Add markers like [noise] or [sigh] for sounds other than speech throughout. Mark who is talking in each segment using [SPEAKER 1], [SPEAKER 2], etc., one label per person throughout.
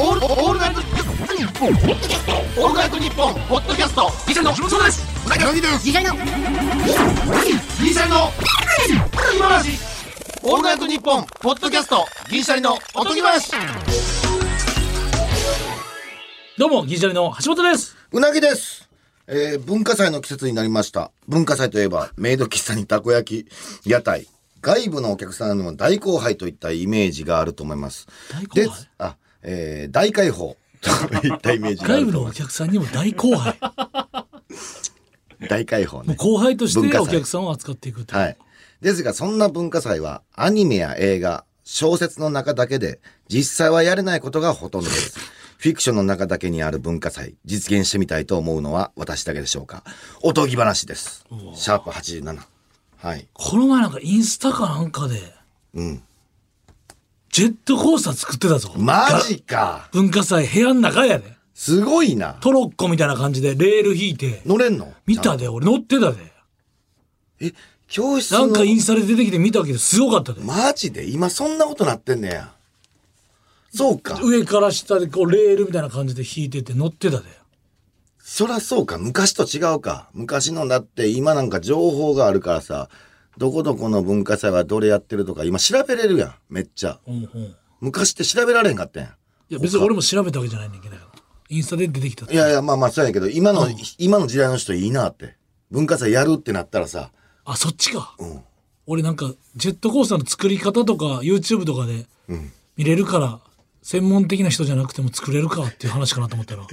[SPEAKER 1] オールオールナイトニッポンオールナイトニッポンポッドキャストギシャリのそうですうなぎです
[SPEAKER 2] ギシャリの
[SPEAKER 1] ギシャリの今話オールナイトニッポンポッドキャストギシャリのおとぎ話
[SPEAKER 3] どうも、ギリシャリの橋本です。
[SPEAKER 4] うなぎです。えー文化祭の季節になりました。文化祭といえば、メイド喫茶にたこ焼き、屋台、外部のお客さんの大後輩といったイメージがあると思います。
[SPEAKER 3] 大後輩
[SPEAKER 4] であ、えー大開放といったイメージがあると
[SPEAKER 3] 外部の
[SPEAKER 4] 思い
[SPEAKER 3] お
[SPEAKER 4] ま
[SPEAKER 3] 客さんにも大後 [laughs] 輩。
[SPEAKER 4] す。大開放ね。
[SPEAKER 3] 後輩とし
[SPEAKER 4] 文
[SPEAKER 3] て
[SPEAKER 4] 化
[SPEAKER 3] お
[SPEAKER 4] 祭
[SPEAKER 3] 客さんを扱っていくと。
[SPEAKER 4] はい。ですが、そんな文化祭は、アニメや映画、小説の中だけで、実際はやれないことがほとんど
[SPEAKER 3] [laughs]
[SPEAKER 4] です。フィクションの中だけにある文化祭、実現してみたいと思うのは私だけでしょうか。おとぎ話です。シャープ87。はい。
[SPEAKER 3] この前なんかインスタかなんかで、
[SPEAKER 4] うん。
[SPEAKER 3] ジェットコースター作ってたぞ。
[SPEAKER 4] マジか。
[SPEAKER 3] 文化祭部屋の中やで。
[SPEAKER 4] すごいな。
[SPEAKER 3] トロッコみたいな感じでレール引いて。
[SPEAKER 4] 乗れんの
[SPEAKER 3] 見た。で、俺乗ってたで。
[SPEAKER 4] え、教室
[SPEAKER 3] な
[SPEAKER 4] の。
[SPEAKER 3] んかインスタで出てきて見たけど、すごかったで。
[SPEAKER 4] マジで今そんなことなってんねや。そうか。
[SPEAKER 3] 上から下でこうレールみたいな感じで引いてて乗ってたで。
[SPEAKER 4] そらそうか、昔と違うか。昔のだって今なんか情報があるからさ、どこどこの文化祭はどれやってるとか今調べれるやん、めっちゃ。
[SPEAKER 3] うんうん。い
[SPEAKER 4] 昔って調べられへんかったやん。
[SPEAKER 3] や別に俺も調べたわけじゃないねんけど。インスタで出てきたって
[SPEAKER 4] いやいや、まあまあそうやけど、今の、今の時代の人いいなって。文化祭やるってなったらさ、
[SPEAKER 3] あ、そっちか。
[SPEAKER 4] ん
[SPEAKER 3] 俺なんか、ジェットコースターの作り方とか、YouTube とかで見れるから、専門的な人じゃなくても作れるかっていう話かなと思っ
[SPEAKER 4] [laughs]
[SPEAKER 3] たら。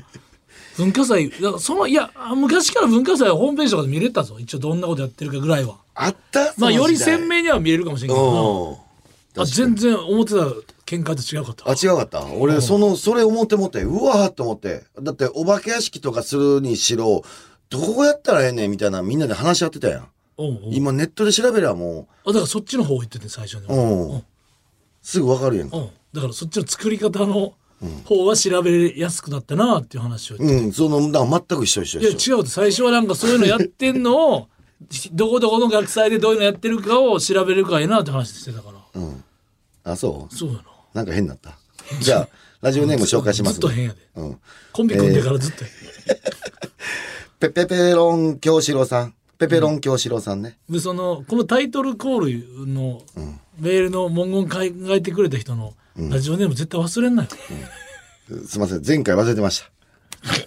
[SPEAKER 3] 文化祭、だからその、いや、あ昔から文化祭はホームページとかで見れたぞ。一応どんなことやってるかぐらいは。
[SPEAKER 4] あった
[SPEAKER 3] まあ、より鮮。
[SPEAKER 4] その時
[SPEAKER 3] 明には見れるかもしれんけ
[SPEAKER 4] 代
[SPEAKER 3] ど
[SPEAKER 4] おう
[SPEAKER 3] な。あ全然思ってた見解と違うかった
[SPEAKER 4] あ、
[SPEAKER 3] わ。
[SPEAKER 4] 違うかった。俺、その、それ思ってもって、うわーって思って。だって、お化け屋敷とかするにしろ、どうやったらええねんみたいなみんなで話し合ってたやん。
[SPEAKER 3] おうおう
[SPEAKER 4] 今ネットで調べりゃもう、
[SPEAKER 3] あだからそっちの方行ってて、最初に。
[SPEAKER 4] うん。すぐわかるやんか。
[SPEAKER 3] うん。だからそっちの作り方の方は調べやすくなったなっていう話を
[SPEAKER 4] うん、その、だから全く一緒一緒
[SPEAKER 3] いや
[SPEAKER 4] 一緒。
[SPEAKER 3] 違うと最初はなんかそういうのやってんのをどこどこの学祭でどういうのやってるかを調べるかいなって話してたから
[SPEAKER 4] あ、そう
[SPEAKER 3] そうやな
[SPEAKER 4] なんか変になった。じゃあ、ラジオネーム紹介します
[SPEAKER 3] ずっと
[SPEAKER 4] ね。
[SPEAKER 3] 変やで
[SPEAKER 4] うん。
[SPEAKER 3] コンビ組んでからずっとやで、
[SPEAKER 4] ペペペロン京志郎さん。ペペロン京志郎さんね。
[SPEAKER 3] でそのこのタイトルコールのメールの文言考えてくれた人のラジオネーム絶対忘れんない、
[SPEAKER 4] すいません、前回忘れてました。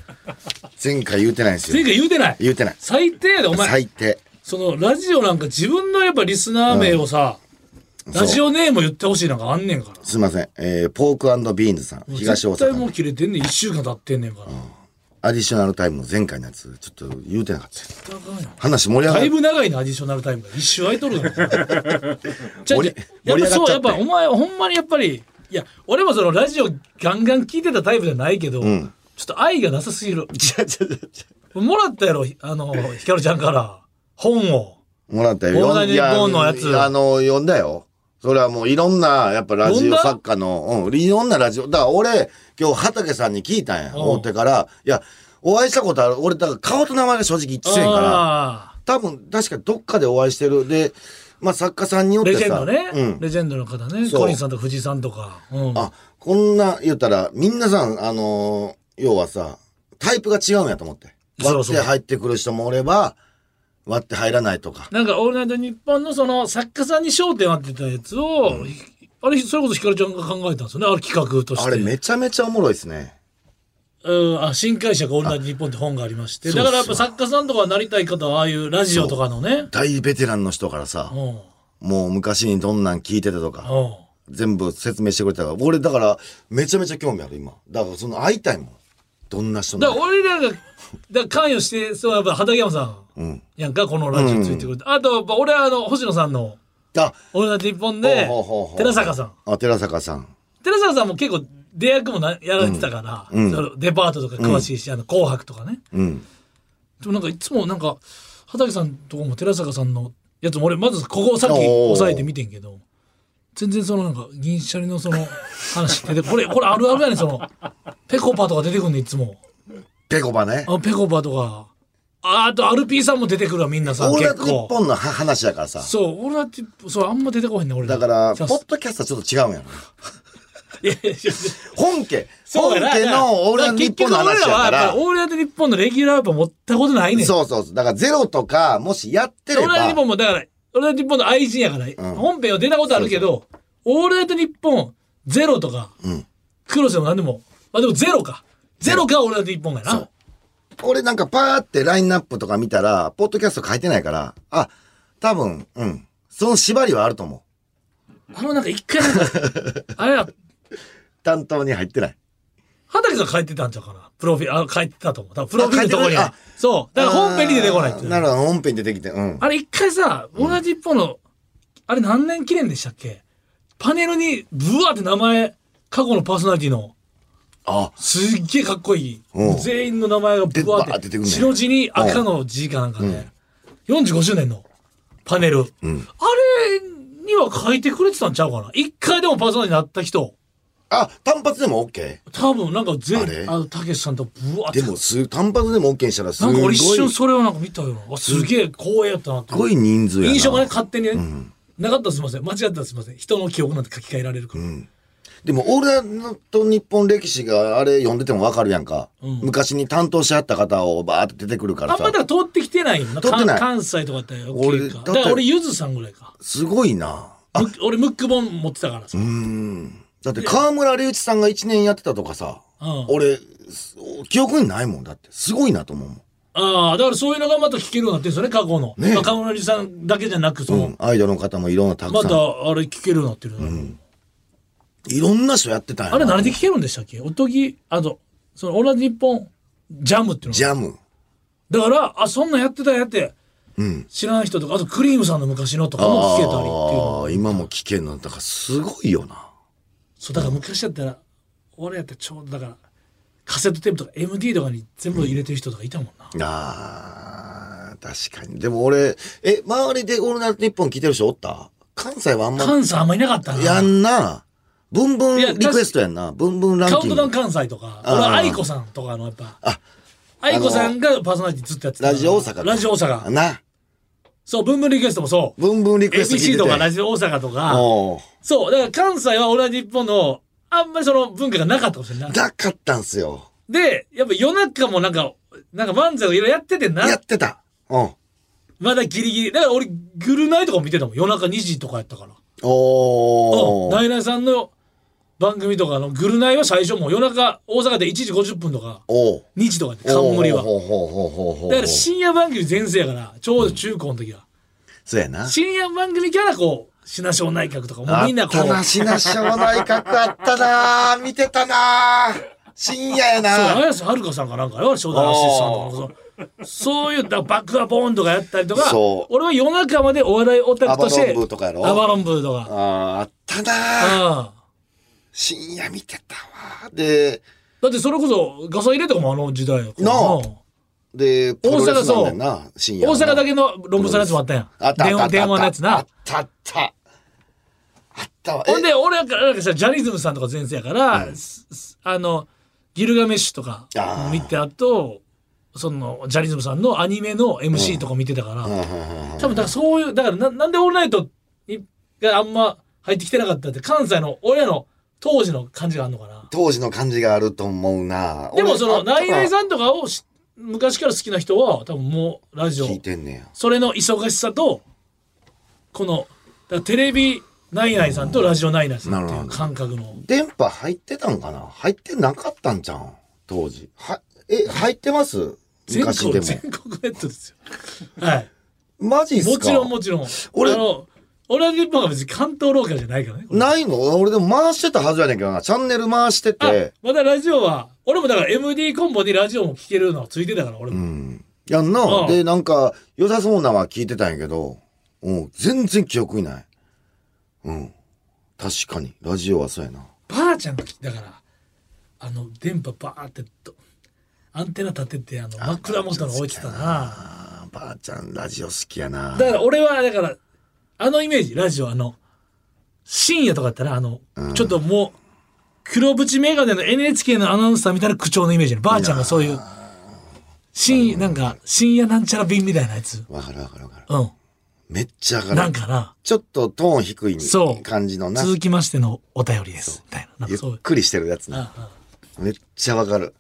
[SPEAKER 4] 前回言うてないんです
[SPEAKER 3] 前
[SPEAKER 4] よ。
[SPEAKER 3] 回言うてない
[SPEAKER 4] 言うてない。
[SPEAKER 3] 最低やでお前
[SPEAKER 4] 最低。
[SPEAKER 3] そのラジオなんか自分のやっぱリスナー名をさ、ラジオネームを言ってほしいなんかあんねんから
[SPEAKER 4] すいません。えー、ポークビーンズさん。東大
[SPEAKER 3] 絶対
[SPEAKER 4] 阪
[SPEAKER 3] も
[SPEAKER 4] の
[SPEAKER 3] う切れてんねん1週間経ってんねんから、
[SPEAKER 4] アディショナルタイムの前回のやつ、ちょっと言うてなかった。
[SPEAKER 3] だからよ
[SPEAKER 4] 話盛り上が
[SPEAKER 3] だい
[SPEAKER 4] る。
[SPEAKER 3] ぶ長いな、アディショナルタイムが。一周空いとるな。じゃ
[SPEAKER 4] [laughs] 盛り
[SPEAKER 3] や
[SPEAKER 4] 盛
[SPEAKER 3] っ
[SPEAKER 4] り
[SPEAKER 3] ぱ
[SPEAKER 4] 上がっちゃって
[SPEAKER 3] そう、やっぱお前、ほんまにやっぱり、いや、俺もそのラジオガンガン聞いてたタイプじゃないけど、ちょっと愛がなさすぎる。
[SPEAKER 4] ちゃちゃちゃち
[SPEAKER 3] もらったやろ、あの、ひかるちゃんから、本を。
[SPEAKER 4] ゃもらったよ。
[SPEAKER 3] ボーダ
[SPEAKER 4] 読
[SPEAKER 3] ー
[SPEAKER 4] ん
[SPEAKER 3] に
[SPEAKER 4] いや
[SPEAKER 3] ボーンのやつ
[SPEAKER 4] あの、読んだよ。それはもういろんな、やっぱラジオ作家の、うん、いろんなラジオ。だから俺、今日畑さんに聞いたんや。
[SPEAKER 3] うん
[SPEAKER 4] 思ってから、いや、お会いしたことある。俺、だから顔と名前が正直一致せんから、
[SPEAKER 3] あ
[SPEAKER 4] 多分、確かどっかでお会いしてる。で、まあ作家さんによっ
[SPEAKER 3] ーレ
[SPEAKER 4] て
[SPEAKER 3] ジェン
[SPEAKER 4] さ、
[SPEAKER 3] ドね、
[SPEAKER 4] うん。
[SPEAKER 3] レジェンドの方ね。
[SPEAKER 4] そう
[SPEAKER 3] コリンさんとか藤井さんとか。うん。
[SPEAKER 4] あ、こんな言ったら、みんなさん、あのー要はさ、タイプが違うんやと思って。
[SPEAKER 3] そ
[SPEAKER 4] 割
[SPEAKER 3] う
[SPEAKER 4] っ
[SPEAKER 3] そう
[SPEAKER 4] て入ってくる人もおれば、割って入らないとか。
[SPEAKER 3] なんか、オールナイト日本のその作家さんに焦点を当てたやつを、あれ、それこそひかるちゃんが考えたんですよね。ある企画として。
[SPEAKER 4] あれめちゃめちゃおもろいですね。
[SPEAKER 3] うん、あ新解釈オールナイト日本って本がありましてだからやっぱ作家さんとかなりたい方はああいうラジオとかのね
[SPEAKER 4] 大ベテランの人からさ
[SPEAKER 3] う、んうん
[SPEAKER 4] もう昔にどんなん聞いてたとか、全部説明してくれたから、俺だからめちゃめちゃ興味ある今。だからその会いたいもん。どんな人
[SPEAKER 3] だから
[SPEAKER 4] も。
[SPEAKER 3] 俺らがだから関与してそうやっぱ畠山さん、
[SPEAKER 4] うん。
[SPEAKER 3] やんかこのラジオついてくる、あとやっぱ俺はあの星野さんの
[SPEAKER 4] あ、
[SPEAKER 3] オールナイト日本で
[SPEAKER 4] ほうほうほうほう
[SPEAKER 3] 寺坂さん
[SPEAKER 4] あ、寺坂さん。
[SPEAKER 3] 寺坂さんも結構出役もなやられてたから、
[SPEAKER 4] うんうん
[SPEAKER 3] そのデパートとか詳しいし、あの紅白とかね
[SPEAKER 4] うん。
[SPEAKER 3] でもなんかいつもなんか畑さんとこも寺坂さんのやつも俺まずここをさっき押さえて見てんけど全然そのなんか銀シャリのその話出てこれこれあるあるやねんそのペコパとか出てくんねんいつも
[SPEAKER 4] ペコバね。
[SPEAKER 3] あペコパとかああとアルピーさんも出てくるわみんなさ
[SPEAKER 4] オールナ
[SPEAKER 3] 結
[SPEAKER 4] イト日
[SPEAKER 3] 構
[SPEAKER 4] 本の話だからさ。
[SPEAKER 3] そう俺だってそうあんま出てこへんねん俺
[SPEAKER 4] だから、ポ
[SPEAKER 3] そうそ
[SPEAKER 4] ッドキャストはちょっと違うんやろ。
[SPEAKER 3] いやいやいや
[SPEAKER 4] 本家
[SPEAKER 3] そう
[SPEAKER 4] 本
[SPEAKER 3] やな
[SPEAKER 4] 家のオールナイトニッポンの話やか
[SPEAKER 3] だ
[SPEAKER 4] ら
[SPEAKER 3] 結局俺はやっぱオールナイトニッポンのレギュラーやっぱ持ったことないねん。
[SPEAKER 4] そうそうそうだからゼロとかもしやって
[SPEAKER 3] オー
[SPEAKER 4] れ
[SPEAKER 3] ルナイトニッポ
[SPEAKER 4] ば
[SPEAKER 3] ンもだから、オールナイトニッポンの愛人やから、
[SPEAKER 4] ん
[SPEAKER 3] 本編は出たことあるけど、オールナイトニッポンゼロとか、
[SPEAKER 4] ん
[SPEAKER 3] クロスでも何でも、まあでもゼロか。ゼロかオールナイトニッポンやな。
[SPEAKER 4] 俺なんかパーってラインナップとか見たらポッドキャスト書いてないからあ多分うんその縛りはあると思う
[SPEAKER 3] あのなんか一
[SPEAKER 4] [laughs]
[SPEAKER 3] 回なんか、あれは、
[SPEAKER 4] 担当に入ってない
[SPEAKER 3] 畑さん書いてたんちゃうかな。プロフィール、あ、書いてたと思う。多分プロフィールのとこに
[SPEAKER 4] あ書い
[SPEAKER 3] は
[SPEAKER 4] て。
[SPEAKER 3] そう。だから本編に出てこないっ
[SPEAKER 4] あ
[SPEAKER 3] てい
[SPEAKER 4] ー
[SPEAKER 3] う。
[SPEAKER 4] なるほど本編出てきてうん
[SPEAKER 3] あれ一回さ、同じ一方の、あれ何年記念でしたっけパネルにブワーって名前、過去のパーソナリティの、
[SPEAKER 4] あ
[SPEAKER 3] すっげえかっこいい
[SPEAKER 4] うん。
[SPEAKER 3] 全員の名前がブワ
[SPEAKER 4] でバー
[SPEAKER 3] ー
[SPEAKER 4] って出てく
[SPEAKER 3] って、
[SPEAKER 4] んねん
[SPEAKER 3] 白地に赤の字かなんかね、45周年のパネル。あれには書いてくれてたんちゃうかな一回でもパーソナリティになった人、
[SPEAKER 4] あ単発でも OK
[SPEAKER 3] 多分なんか
[SPEAKER 4] あれ
[SPEAKER 3] 全、あの、たけしさんとブワーって
[SPEAKER 4] で。もす単発でも OK にしたらす
[SPEAKER 3] な
[SPEAKER 4] ご
[SPEAKER 3] ん
[SPEAKER 4] い
[SPEAKER 3] か俺一瞬
[SPEAKER 4] す
[SPEAKER 3] それをなんか見たよな。あすげえ光栄やったなって。
[SPEAKER 4] ごい人数やな
[SPEAKER 3] 印象がね勝手にね、なかったらすいません間違ってたらすいません人の記憶なんて書き換えられるから、
[SPEAKER 4] でも、オールナイト日本歴史があれ読んでてもわかるやんか、
[SPEAKER 3] ん
[SPEAKER 4] 昔に担当しはった方をバーって出てくるか
[SPEAKER 3] あ
[SPEAKER 4] ら
[SPEAKER 3] んま
[SPEAKER 4] さ
[SPEAKER 3] だ。から通ってきてないよな
[SPEAKER 4] 通ってない
[SPEAKER 3] 関関西とかって大
[SPEAKER 4] 俺
[SPEAKER 3] きいか
[SPEAKER 4] だって
[SPEAKER 3] だから俺ゆずさんぐらいか
[SPEAKER 4] すごいな。
[SPEAKER 3] ムック俺ムック本持ってたからさ、
[SPEAKER 4] うーん。だって河村隆一さんが1年やってたとかさ、
[SPEAKER 3] うん
[SPEAKER 4] 俺、す記憶にないもんだって。すごいなと思うもん。
[SPEAKER 3] ああだからそういうのがまた聞けるようになってるんですよね過去の、
[SPEAKER 4] ねえ
[SPEAKER 3] まあ、河村隆一さんだけじゃなくその、
[SPEAKER 4] うん。アイドルの方もいろんなたく
[SPEAKER 3] ま
[SPEAKER 4] さ
[SPEAKER 3] た
[SPEAKER 4] ん。
[SPEAKER 3] あれ聞けるようになってる、
[SPEAKER 4] いろんな人やってたんやな
[SPEAKER 3] あれ何で聞けるんでしたっけおとぎあとその同じ日本ジャムっていう
[SPEAKER 4] ジ
[SPEAKER 3] の
[SPEAKER 4] ャム。
[SPEAKER 3] だからあそんなんやってたやって
[SPEAKER 4] うん。
[SPEAKER 3] 知らない人とかあとクリームさんの昔のとかも聞けたりっていうの
[SPEAKER 4] ああ、今も聞けんの。だからすごいよな。
[SPEAKER 3] そうだから昔だったら、俺やったらちょうどだからカセットテープとか MD とかに全部入れてる人とかいたもんな、
[SPEAKER 4] あー確かに。でも俺、え、周りでオールナイトニッポン聞いてる人おった関西はあんま、
[SPEAKER 3] 関西あんまいなかったな
[SPEAKER 4] やんな。ブンブ
[SPEAKER 3] いや
[SPEAKER 4] ンリクエストやんな。ブンブンラン
[SPEAKER 3] カウ
[SPEAKER 4] キン
[SPEAKER 3] ントダウン
[SPEAKER 4] グ。
[SPEAKER 3] 関西とか
[SPEAKER 4] あー
[SPEAKER 3] 俺は愛子さんとかのやっぱ
[SPEAKER 4] あ
[SPEAKER 3] 愛子さんがパーソナリティずっとやってた
[SPEAKER 4] ラジオ大阪
[SPEAKER 3] ラジオ大阪
[SPEAKER 4] な。
[SPEAKER 3] そうブンブンリクエストもそう
[SPEAKER 4] ブンブンリクエスト聞いて
[SPEAKER 3] ABC
[SPEAKER 4] て。
[SPEAKER 3] とかラジオ大阪とか
[SPEAKER 4] おう
[SPEAKER 3] そうだから関西は俺は日本のあんまりその文化がなかったかもしれない
[SPEAKER 4] なかったんすよ。
[SPEAKER 3] でやっぱ夜中もなんかなんか漫才をいろいろやっててんな
[SPEAKER 4] やってた。うん。
[SPEAKER 3] まだギリギリだから俺グルナイとかも見てたもん夜中2時とかやったから
[SPEAKER 4] お
[SPEAKER 3] ナ
[SPEAKER 4] ー。
[SPEAKER 3] イナイさんの番組とかのぐるナイは最初もう夜中大阪で1時50分とか
[SPEAKER 4] おう。
[SPEAKER 3] 2時とかで冠は
[SPEAKER 4] ほうほうほうほうほう。
[SPEAKER 3] だから深夜番組全盛やからちょうど中高の時は、
[SPEAKER 4] そうやな。
[SPEAKER 3] 深夜番組からこう品小内閣とかもうみんなこ
[SPEAKER 4] あ
[SPEAKER 3] う
[SPEAKER 4] ったな、しなしょう内閣あった
[SPEAKER 3] [laughs]
[SPEAKER 4] な見てたな深夜やな
[SPEAKER 3] そう綾瀬はるかさんかなんかよ正太アシスタントとかそうそういうだからバックアボーンとかやったりとか
[SPEAKER 4] そう
[SPEAKER 3] 俺は夜中までお笑いオタクとして
[SPEAKER 4] アバロンブーとかやろ
[SPEAKER 3] アバロンブーとか
[SPEAKER 4] あーあったな
[SPEAKER 3] ああ
[SPEAKER 4] 深夜見てたわで
[SPEAKER 3] だってそれこそガサ入れとかもあの時代やから
[SPEAKER 4] なあでプロレスなんだよな深夜
[SPEAKER 3] 大
[SPEAKER 4] の
[SPEAKER 3] 阪だけの論文さんのやつもあったやん。
[SPEAKER 4] あったあ
[SPEAKER 3] 電
[SPEAKER 4] ったあっ
[SPEAKER 3] 話
[SPEAKER 4] た
[SPEAKER 3] 電話のやつ
[SPEAKER 4] あっ
[SPEAKER 3] な。
[SPEAKER 4] たあったあったわえ
[SPEAKER 3] ほんで、俺なんかなんかさ、ジャニズムさんとか前世やから、すすあの、ギルガメッシュとか
[SPEAKER 4] あー
[SPEAKER 3] 見てあと、その、ジャニズムさんのアニメの MC とか見てたから、
[SPEAKER 4] うんうんうん
[SPEAKER 3] 多分だからそういう、だからななんでオールナイトにがあんま入ってきてなかったって、関西の俺らの当時の感じがあるのかな。
[SPEAKER 4] 当時の感じがあると思うな
[SPEAKER 3] でもそ
[SPEAKER 4] 俺
[SPEAKER 3] の、
[SPEAKER 4] あ
[SPEAKER 3] ナイナイ
[SPEAKER 4] あっ
[SPEAKER 3] さんとかをし昔から好きな人は、多分もうラジ
[SPEAKER 4] た
[SPEAKER 3] オ。
[SPEAKER 4] な聞いてんねや
[SPEAKER 3] それの忙しさとこのだからテレビナイナイさんとラジオナイナイさんって
[SPEAKER 4] ないる
[SPEAKER 3] う
[SPEAKER 4] ほど
[SPEAKER 3] 感覚の
[SPEAKER 4] 電波入ってたんかな入ってなかったんじゃん当時はえ入ってます
[SPEAKER 3] 全
[SPEAKER 4] 昔でも
[SPEAKER 3] 国全国ネットですよはい
[SPEAKER 4] マジっす
[SPEAKER 3] も
[SPEAKER 4] か
[SPEAKER 3] ちろんもちろん
[SPEAKER 4] 俺
[SPEAKER 3] あの俺は日本が別に関東ローカルじゃないからねこれ
[SPEAKER 4] ないの俺でも回してたはずやねんけどなチャンネル回してて
[SPEAKER 3] あまだラジオは俺もだから MD コンボにラジオも聞けるのはついてたから俺も、
[SPEAKER 4] うんやんな、
[SPEAKER 3] うん
[SPEAKER 4] でなんか良さそうなは聞いてたんやけど、うん、全然記憶にないうん確かにラジオはそうやな
[SPEAKER 3] ばあちゃんがだからあの電波バーってとアンテナ立ててあの枕元に置いてたな
[SPEAKER 4] あーばあちゃんラジオ好きやな
[SPEAKER 3] だから俺はだからあのイメージラジオあの深夜とかだったらあの、ちょっともう黒縁眼鏡の NHK のアナウンサーみたいな口調のイメージねばあちゃんがそういう深夜なんか深夜なんちゃら便みたいなやつ
[SPEAKER 4] わかるわかるわかる
[SPEAKER 3] うん
[SPEAKER 4] めっちゃ上が
[SPEAKER 3] な
[SPEAKER 4] る
[SPEAKER 3] ん。かな、
[SPEAKER 4] ちょっとトーン低
[SPEAKER 3] そう
[SPEAKER 4] い感じのな。
[SPEAKER 3] 続きましてのお便りです。みたいな。なん
[SPEAKER 4] ゆ
[SPEAKER 3] か
[SPEAKER 4] っ
[SPEAKER 3] そういう。
[SPEAKER 4] くりしてるやつ
[SPEAKER 3] うんう
[SPEAKER 4] ね
[SPEAKER 3] ん
[SPEAKER 4] めっちゃわかる。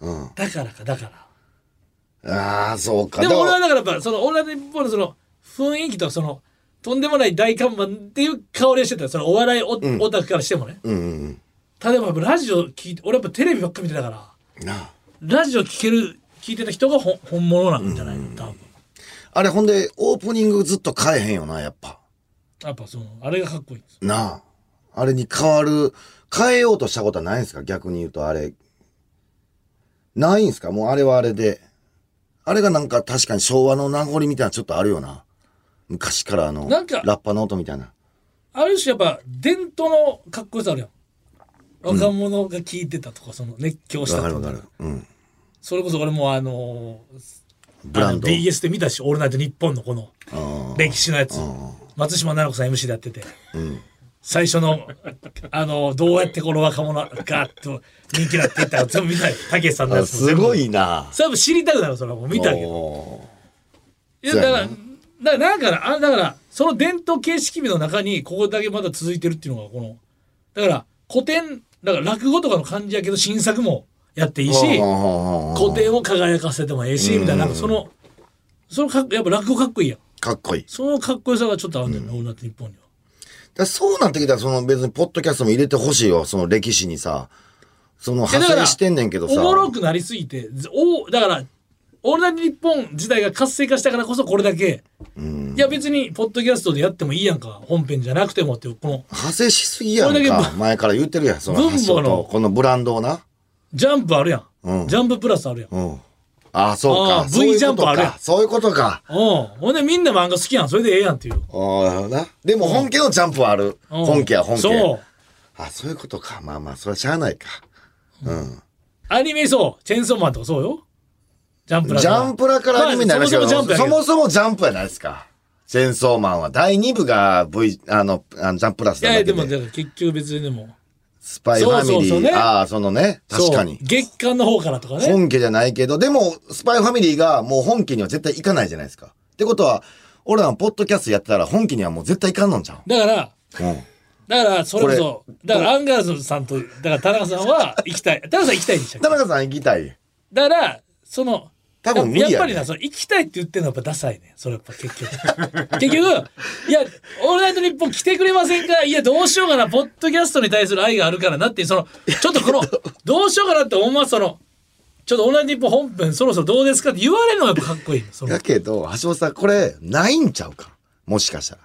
[SPEAKER 4] うん。
[SPEAKER 3] だからか、だから。
[SPEAKER 4] ああ、そうか。
[SPEAKER 3] でも俺は
[SPEAKER 4] だ
[SPEAKER 3] だからやっぱその俺は日本のその雰囲気とそのとんでもない大看板っていう香りはしてたよそのお笑いオ,、オタクからしてもね
[SPEAKER 4] うんうん
[SPEAKER 3] 例えばやっぱラジオ聞いて俺やっぱテレビばっか見てたから
[SPEAKER 4] うん。なあ。
[SPEAKER 3] ラジオ聞ける聞いてた人が本本物なんじゃないの多分
[SPEAKER 4] あれほんで、オープニングずっと変えへんよな、やっぱ。
[SPEAKER 3] やっぱそのあれがかっこいいんです
[SPEAKER 4] なあ。あれに変わる、変えようとしたことはないんですか逆に言うとあれ。ないんですかもうあれはあれで。あれがなんか確かに昭和の名残みたいなちょっとあるよな。昔からあの、
[SPEAKER 3] なんか
[SPEAKER 4] ラッパの音みたいな。
[SPEAKER 3] ある種やっぱ伝統のかっこよさあるやん若者が聞いてたとかその熱狂し
[SPEAKER 4] わ
[SPEAKER 3] た
[SPEAKER 4] かる
[SPEAKER 3] と
[SPEAKER 4] わ
[SPEAKER 3] か、
[SPEAKER 4] かる。うん。
[SPEAKER 3] それこそ俺もあの
[SPEAKER 4] ブランド。
[SPEAKER 3] あの BS で見たし「オールナイトニッポン」のこの
[SPEAKER 4] うん
[SPEAKER 3] 歴史のやつ松島菜々子さん MC でやってて、最初のあのどうやってこの若者がガーッと人気になっていったら全部見たよたけしさんのや
[SPEAKER 4] あ
[SPEAKER 3] つも
[SPEAKER 4] す
[SPEAKER 3] 全部
[SPEAKER 4] ごいな。
[SPEAKER 3] それも知りたくなるそれはもう見たけど
[SPEAKER 4] おー
[SPEAKER 3] いやだから
[SPEAKER 4] そ
[SPEAKER 3] だからだからあだからその伝統形式美の中にここだけまだ続いてるっていうのがこのだから古典だから落語とかの感じやけど新作もやっていいし古典を輝かせてもええしみたいななんかそのそのかっやっぱ落語かっこいいやん
[SPEAKER 4] かっこいい。だか
[SPEAKER 3] そのかっこよさがちょっとあるんだよね、俺だって日本には。
[SPEAKER 4] らそうなってきたら、その別にポッドキャストも入れてほしいよ、その歴史にさ。その
[SPEAKER 3] いやだ
[SPEAKER 4] 派
[SPEAKER 3] か
[SPEAKER 4] 生
[SPEAKER 3] ら
[SPEAKER 4] してんねんけどさ。
[SPEAKER 3] おもろくなりすぎてずおだから「オールナイトニッポン」自体が活性化したからこそこれだけ、いや別にポッドキャストでやってもいいやんか本編じゃなくてもっていうこの
[SPEAKER 4] 派生しすぎや
[SPEAKER 3] こ
[SPEAKER 4] ん
[SPEAKER 3] れだけ
[SPEAKER 4] か。前から言ってるやん、その
[SPEAKER 3] 分母の
[SPEAKER 4] 発想と。このブランドをな。
[SPEAKER 3] ジャンプあるやん、
[SPEAKER 4] うん
[SPEAKER 3] ジャンププラスあるやん、う
[SPEAKER 4] う
[SPEAKER 3] ん、
[SPEAKER 4] ん。ああ、そうか
[SPEAKER 3] あ。ー
[SPEAKER 4] そういう
[SPEAKER 3] V ジャン
[SPEAKER 4] こ
[SPEAKER 3] プあ
[SPEAKER 4] と
[SPEAKER 3] るやん
[SPEAKER 4] か。そういうことか。
[SPEAKER 3] ほんでみんな漫画好きやんそれでええやんっていう、
[SPEAKER 4] ああ、な。でも本家のジャンプはある。
[SPEAKER 3] うん
[SPEAKER 4] 本家は本家。
[SPEAKER 3] そう
[SPEAKER 4] あ、そういうことか。まあまあ、それはしゃあないか。うん。
[SPEAKER 3] アニメそうチェーンソーマンとかそうよジャンプラ
[SPEAKER 4] ジャンプラからアニメになりましたけ
[SPEAKER 3] まあそもそ
[SPEAKER 4] ど、そもそも
[SPEAKER 3] もジャンプやけど
[SPEAKER 4] ジャンプやないですか。チェーンソーマンは。第2部が V、あの、あのジャンプラス
[SPEAKER 3] い
[SPEAKER 4] な
[SPEAKER 3] や
[SPEAKER 4] だ
[SPEAKER 3] いや
[SPEAKER 4] け
[SPEAKER 3] でもだ
[SPEAKER 4] で。
[SPEAKER 3] から結局別にでも
[SPEAKER 4] スパイファミリー。
[SPEAKER 3] そうそうそうね
[SPEAKER 4] ああ、そのね。確かに
[SPEAKER 3] そう。月間の方からとかね
[SPEAKER 4] 本家じゃないけど、でも、スパイファミリーがもう本家には絶対行かないじゃないですか。ってことは、俺らのポッドキャストやってたら本家にはもう絶対行かんのんじゃん。
[SPEAKER 3] だから [laughs]
[SPEAKER 4] うん。
[SPEAKER 3] だからそれこそ
[SPEAKER 4] こ
[SPEAKER 3] だからアンガールズさんとだから田中さんは行きたい田中さん行きたいんでしょ
[SPEAKER 4] 田中さん行きたい。
[SPEAKER 3] だからその
[SPEAKER 4] 多分無理や
[SPEAKER 3] や
[SPEAKER 4] ね
[SPEAKER 3] やっぱりなその行きたいって言ってるのはやっぱダサいねそれやっぱ結局 [laughs] 結局いや「オールナイトニッポン」来てくれませんかいやどうしようかなポッドキャストに対する愛があるからなっていうそのちょっとこ
[SPEAKER 4] [laughs]
[SPEAKER 3] のどうしようかなって思わそのちょっと「オールナイトニッポン」本編そろそろどうですかって言われるのがやっぱかっこいいのその
[SPEAKER 4] だけど、橋本さん、これ、ないんちゃうか。もしかしたら。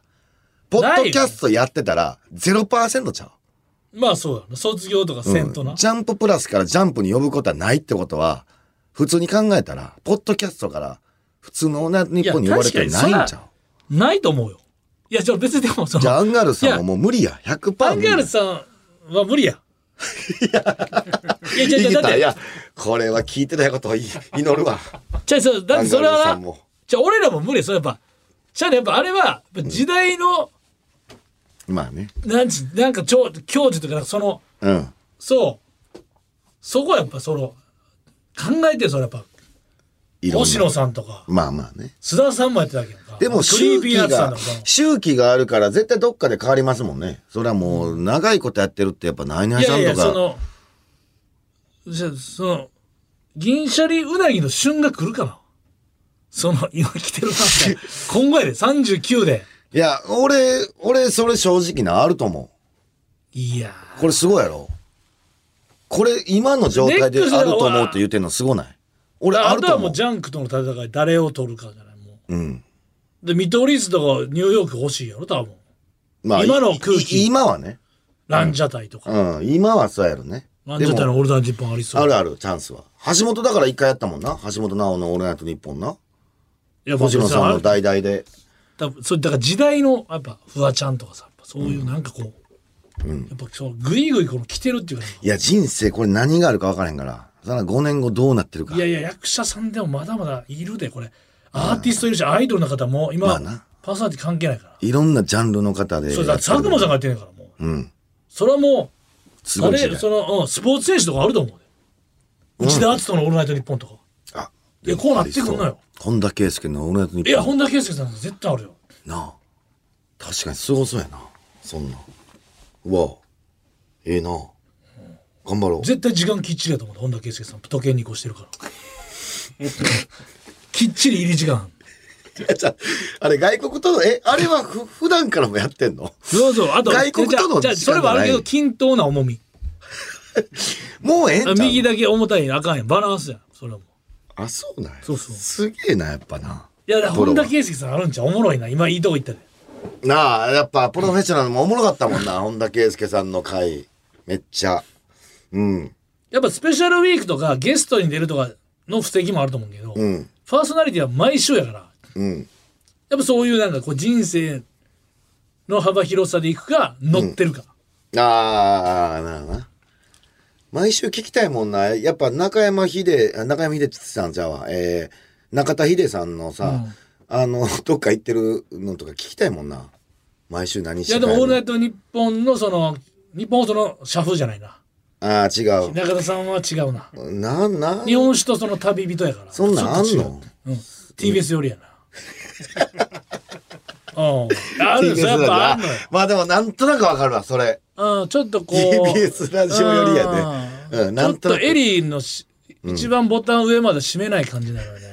[SPEAKER 4] ポッドキャストやってたら、0%ちゃう。
[SPEAKER 3] まあそうだな卒業とかせんとな、
[SPEAKER 4] ジャンププラスからジャンプに呼ぶことはないってことは、普通に考えたら、ポッドキャストから、普通のな日本に呼ばれてないんちゃ
[SPEAKER 3] ないと思うよいやじゃあ別にでもそうの
[SPEAKER 4] じゃあ、アンガールズさんももう無理や。
[SPEAKER 3] ア
[SPEAKER 4] 100%
[SPEAKER 3] ン
[SPEAKER 4] 無
[SPEAKER 3] ガール
[SPEAKER 4] 理
[SPEAKER 3] ズさんは無
[SPEAKER 4] [laughs]
[SPEAKER 3] 理や。いや、いや、
[SPEAKER 4] や。
[SPEAKER 3] じ
[SPEAKER 4] い
[SPEAKER 3] ゃ
[SPEAKER 4] け
[SPEAKER 3] だったて、
[SPEAKER 4] い
[SPEAKER 3] じ
[SPEAKER 4] や、これは聞いてないことをい祈るわ。
[SPEAKER 3] ゃあそう、だってそれ
[SPEAKER 4] アンガールズさ
[SPEAKER 3] は
[SPEAKER 4] ん
[SPEAKER 3] な
[SPEAKER 4] も、
[SPEAKER 3] じゃあ俺らも無理や、それやっぱ、じゃあね、やっぱあれは、やっぱ時代の、
[SPEAKER 4] まあね。
[SPEAKER 3] なんち、なんかちょ、教授というか、その、
[SPEAKER 4] うん。
[SPEAKER 3] そう、そこはやっぱその、考えてる、それやっぱ、
[SPEAKER 4] いろんな
[SPEAKER 3] 星野さんとか、
[SPEAKER 4] まあまあね。
[SPEAKER 3] 須田さんもやってたわけやんか。
[SPEAKER 4] でも
[SPEAKER 3] クリ
[SPEAKER 4] 周
[SPEAKER 3] ーピ
[SPEAKER 4] 期
[SPEAKER 3] ーナッツさん
[SPEAKER 4] が
[SPEAKER 3] とかも、
[SPEAKER 4] 周期があるから絶対どっかで変わりますもんね。それはもう長いことやってるってやっぱナイナイ
[SPEAKER 3] い
[SPEAKER 4] さ
[SPEAKER 3] や
[SPEAKER 4] ん
[SPEAKER 3] いや、
[SPEAKER 4] と
[SPEAKER 3] そ
[SPEAKER 4] か、
[SPEAKER 3] の、じゃあその、銀シャリうなぎの旬が来るかなその、今来てるなって、
[SPEAKER 4] [laughs]
[SPEAKER 3] 今後やで、39で。
[SPEAKER 4] いや、俺、俺それ正直なあると思
[SPEAKER 3] いや
[SPEAKER 4] う。これすごいやろ。これ今の状態で
[SPEAKER 3] ネックス
[SPEAKER 4] あ
[SPEAKER 3] だ
[SPEAKER 4] ると
[SPEAKER 3] う
[SPEAKER 4] 思う
[SPEAKER 3] わ
[SPEAKER 4] って言ってんのすごない
[SPEAKER 3] ー
[SPEAKER 4] 俺あ
[SPEAKER 3] あ
[SPEAKER 4] る
[SPEAKER 3] と
[SPEAKER 4] と
[SPEAKER 3] はも
[SPEAKER 4] 思
[SPEAKER 3] う
[SPEAKER 4] う。
[SPEAKER 3] ジャンクとの戦い、誰を取るかじゃない、も
[SPEAKER 4] うん。
[SPEAKER 3] う。で、見取り図とかニューヨーク欲しいやろ、多分。
[SPEAKER 4] ま
[SPEAKER 3] 今の空気
[SPEAKER 4] い今はね。
[SPEAKER 3] ランジャタイとか。
[SPEAKER 4] うん。今はそうやろね。
[SPEAKER 3] ランジャタイのオールダンジッポンありそう。
[SPEAKER 4] あるある、チャンスは。橋本だから一回やったもんな。橋本直のオールナイト日本な。
[SPEAKER 3] いや、
[SPEAKER 4] 星野さんの代
[SPEAKER 3] だ
[SPEAKER 4] 々で。
[SPEAKER 3] そうだから時代の、やっぱ、フワちゃんとかさ、やっぱそういうなんかこう、やっぱそう、ぐいぐいこの来てるっていうか、
[SPEAKER 4] いや、人生これ何があるか分からへんから。そんな5年後どうなってるか。
[SPEAKER 3] いやいや、役者さんでもまだまだいるで、これ。アーティストいるし、アイドルの方も、今、
[SPEAKER 4] まあな
[SPEAKER 3] パーソナリティ関係ないから。
[SPEAKER 4] いろんなジャンルの方で。
[SPEAKER 3] そうだ、佐久間さんがやってんねんから、もう。
[SPEAKER 4] うん。
[SPEAKER 3] それはも
[SPEAKER 4] す
[SPEAKER 3] う、
[SPEAKER 4] ごい
[SPEAKER 3] 誰
[SPEAKER 4] 時代
[SPEAKER 3] その、うん、スポーツ選手とかあると思うで。内田篤人の「オールナイトニッポン」とか。
[SPEAKER 4] あ
[SPEAKER 3] いやこうなってくんのよ。
[SPEAKER 4] 本田圭佑のオールナイトニッポン。
[SPEAKER 3] いや、本田圭佑さん絶対あるよ。
[SPEAKER 4] なあ確かにすごそうやなそんなんうわええな頑張ろ [laughs] う
[SPEAKER 3] 絶対時間きっちりやと思う本田圭佑さん時計に移行してるからきっちり入り時間
[SPEAKER 4] じゃああれ外国とのえあれはふ普段からもやってんの
[SPEAKER 3] そうそうあと
[SPEAKER 4] 外国との
[SPEAKER 3] じゃあじゃ
[SPEAKER 4] 時
[SPEAKER 3] あそ
[SPEAKER 4] 間
[SPEAKER 3] れ
[SPEAKER 4] が
[SPEAKER 3] はあ
[SPEAKER 4] ない
[SPEAKER 3] るけど均等な重み
[SPEAKER 4] もうええんちゃう
[SPEAKER 3] 右だけ重たいのあかんやんバランスやんそれはもう
[SPEAKER 4] あそうなんや
[SPEAKER 3] そうそう
[SPEAKER 4] すげえなやっぱない
[SPEAKER 3] やだから
[SPEAKER 4] プロ
[SPEAKER 3] 本
[SPEAKER 4] は
[SPEAKER 3] 田圭佑さんあるんちゃうおもろいな今いいとこ行ったで
[SPEAKER 4] なあやっぱプロフェッショナルもおもろかったもん
[SPEAKER 3] [laughs]
[SPEAKER 4] な本田圭佑さんの回めっちゃうん
[SPEAKER 3] やっぱスペシャルウィークとかゲストに出るとかの布石もあると思うけど、
[SPEAKER 4] うん
[SPEAKER 3] パーソナリティは毎週やから
[SPEAKER 4] うん
[SPEAKER 3] やっぱそういうなんかこう人生の幅広さでいくか乗ってるか、
[SPEAKER 4] ああなるほどな毎週聞きたいもんなやっぱ中山秀あ中山秀さんじゃあわえー、中田秀さんのさ、あの [laughs] どっか行ってるのとか聞きたいもんな毎週何し
[SPEAKER 3] い
[SPEAKER 4] て
[SPEAKER 3] や
[SPEAKER 4] 帰
[SPEAKER 3] で
[SPEAKER 4] る
[SPEAKER 3] も「オールナイトニッポン」のその日本放送の社風じゃないな
[SPEAKER 4] ああ違う
[SPEAKER 3] 中田さんは違うな
[SPEAKER 4] なんなん
[SPEAKER 3] 日本酒とその旅人やから
[SPEAKER 4] そんなんあん
[SPEAKER 3] ちょっと違
[SPEAKER 4] の
[SPEAKER 3] ううん TBS よりやな
[SPEAKER 4] [laughs] TBS ラ
[SPEAKER 3] うんあるんですよやっぱあん
[SPEAKER 4] ジ
[SPEAKER 3] の
[SPEAKER 4] オ
[SPEAKER 3] よ
[SPEAKER 4] まあでもなんとなくわかるわそれ
[SPEAKER 3] うんちょっとこう
[SPEAKER 4] TBS ラジオよりやね
[SPEAKER 3] うん
[SPEAKER 4] うん
[SPEAKER 3] ち
[SPEAKER 4] な
[SPEAKER 3] ょ
[SPEAKER 4] ん
[SPEAKER 3] っ
[SPEAKER 4] とな
[SPEAKER 3] と
[SPEAKER 4] く
[SPEAKER 3] エリーのし一番ボタン上まで閉めない感じなの
[SPEAKER 4] [laughs]
[SPEAKER 3] よね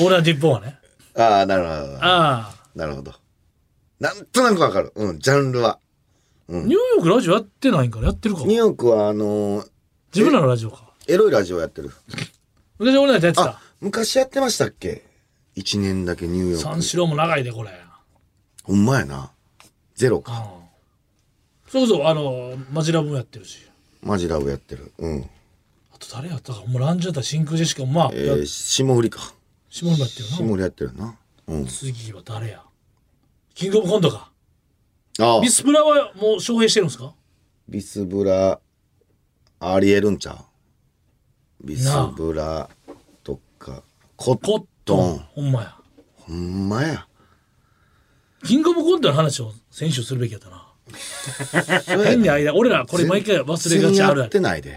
[SPEAKER 3] オールナイトニッポンはね
[SPEAKER 4] ああなるほど
[SPEAKER 3] ああ
[SPEAKER 4] なるほどなんとなくわかるうんジャンルは
[SPEAKER 3] ニューヨークラジオやってないんからやってるか
[SPEAKER 4] ニューヨークはあのー
[SPEAKER 3] 自分らのラジオか
[SPEAKER 4] エロいラジオやってる
[SPEAKER 3] 昔俺らとやって
[SPEAKER 4] あ
[SPEAKER 3] た
[SPEAKER 4] 昔やってましたっけ1年だけニューヨー
[SPEAKER 3] 三
[SPEAKER 4] ク
[SPEAKER 3] 四郎も長いでこれ
[SPEAKER 4] ほんまやなゼロか
[SPEAKER 3] それこそあのマジラブもやってるし
[SPEAKER 4] マジラブやってるうん
[SPEAKER 3] あと誰やったかもうランジャタイ真空ジェシカもまあ、
[SPEAKER 4] えー、霜降りか
[SPEAKER 3] 下村やってる
[SPEAKER 4] 霜
[SPEAKER 3] な
[SPEAKER 4] 降りやってるなうん
[SPEAKER 3] 次は誰やキングオブコントか
[SPEAKER 4] ああ
[SPEAKER 3] ビスプラはもう招聘してるんですか
[SPEAKER 4] ビスブラありえるんちゃうビスブラとかコ
[SPEAKER 3] コ
[SPEAKER 4] ッ
[SPEAKER 3] ット
[SPEAKER 4] ト
[SPEAKER 3] ン
[SPEAKER 4] ン
[SPEAKER 3] ほんまや
[SPEAKER 4] ほんまや
[SPEAKER 3] キングオブコントの話を選手するべきやったな変に間俺らこれ毎回忘れがちあ
[SPEAKER 4] 全然
[SPEAKER 3] る
[SPEAKER 4] や
[SPEAKER 3] あ
[SPEAKER 4] って
[SPEAKER 3] る
[SPEAKER 4] ないで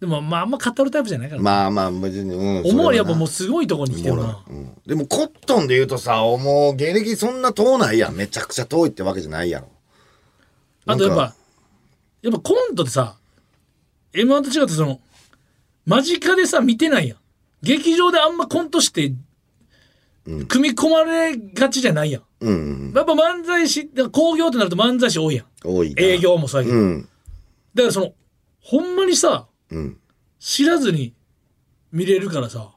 [SPEAKER 3] でもまああんま語るタイプじゃないから、
[SPEAKER 4] まあまあ別にうん
[SPEAKER 3] 思うよりやっ
[SPEAKER 4] それ
[SPEAKER 3] ぱ
[SPEAKER 4] はな
[SPEAKER 3] もうすごいとこに来てるな
[SPEAKER 4] おもろいうんでもコットンで言うとさもう芸歴そんな遠ないやんめちゃくちゃ遠いってわけじゃないやろ
[SPEAKER 3] あとやっ
[SPEAKER 4] なん
[SPEAKER 3] ぱ
[SPEAKER 4] か、
[SPEAKER 3] やっぱコントってさ、M1 と違ってその、間近でさ、見てないやん。劇場であんまコントして、組み込まれがちじゃないやん。
[SPEAKER 4] うんうん
[SPEAKER 3] やっぱ漫才師、だから興行ってなると漫才師多いやん。
[SPEAKER 4] 多いな
[SPEAKER 3] 営業もそうやけど。
[SPEAKER 4] うん
[SPEAKER 3] だからその、ほんまにさ、
[SPEAKER 4] うん
[SPEAKER 3] 知らずに見れるからさ、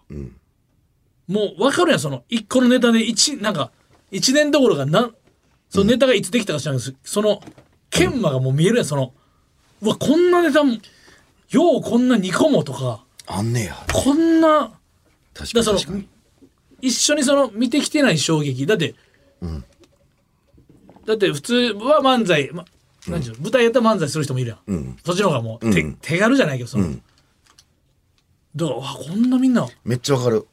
[SPEAKER 3] もうわかるやん、その、一個のネタで一、なんか、一年どころかなん、そのネタがいつできたか知らんけど、その、研磨がもう見えるやん、その、うわ、こんなネタも、ようこんな2個もとか、
[SPEAKER 4] あんねや
[SPEAKER 3] こんな、
[SPEAKER 4] 確か
[SPEAKER 3] だ
[SPEAKER 4] に
[SPEAKER 3] から
[SPEAKER 4] 確
[SPEAKER 3] そ
[SPEAKER 4] か
[SPEAKER 3] の
[SPEAKER 4] に、
[SPEAKER 3] 一緒にその、見てきてない衝撃、だって、だって普通は漫才、ま、なんていうの舞台やったら漫才する人もいるやん。
[SPEAKER 4] うん
[SPEAKER 3] そっちの方がもう、て手軽じゃないけどその、だからうわこんなみんなだか
[SPEAKER 4] めっちゃわかる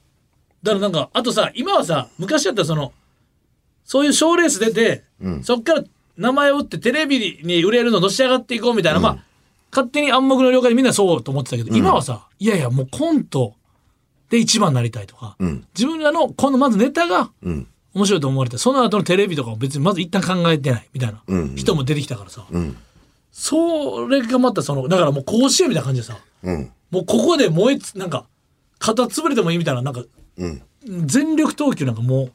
[SPEAKER 3] らなんかあとさ今はさ昔だったらそのそういう賞ーレース出て、そっから名前を打ってテレビに売れるののし上がっていこうみたいな、まあ勝手に暗黙の了解でみんなそうと思ってたけど、今はさいやいやもうコントで一番になりたいとか、
[SPEAKER 4] うん
[SPEAKER 3] 自分らのこのまずネタが
[SPEAKER 4] うん
[SPEAKER 3] 面白いと思われてその後のテレビとかも別にまず一旦考えてないみたいな
[SPEAKER 4] うんうん
[SPEAKER 3] 人も出てきたからさ、
[SPEAKER 4] うん
[SPEAKER 3] それがまたそのだからもう甲子園みたいな感じでさ
[SPEAKER 4] うん
[SPEAKER 3] もうここで燃えつなんか肩潰れてもいいみたいななんか
[SPEAKER 4] うん
[SPEAKER 3] 全力投球なんかもう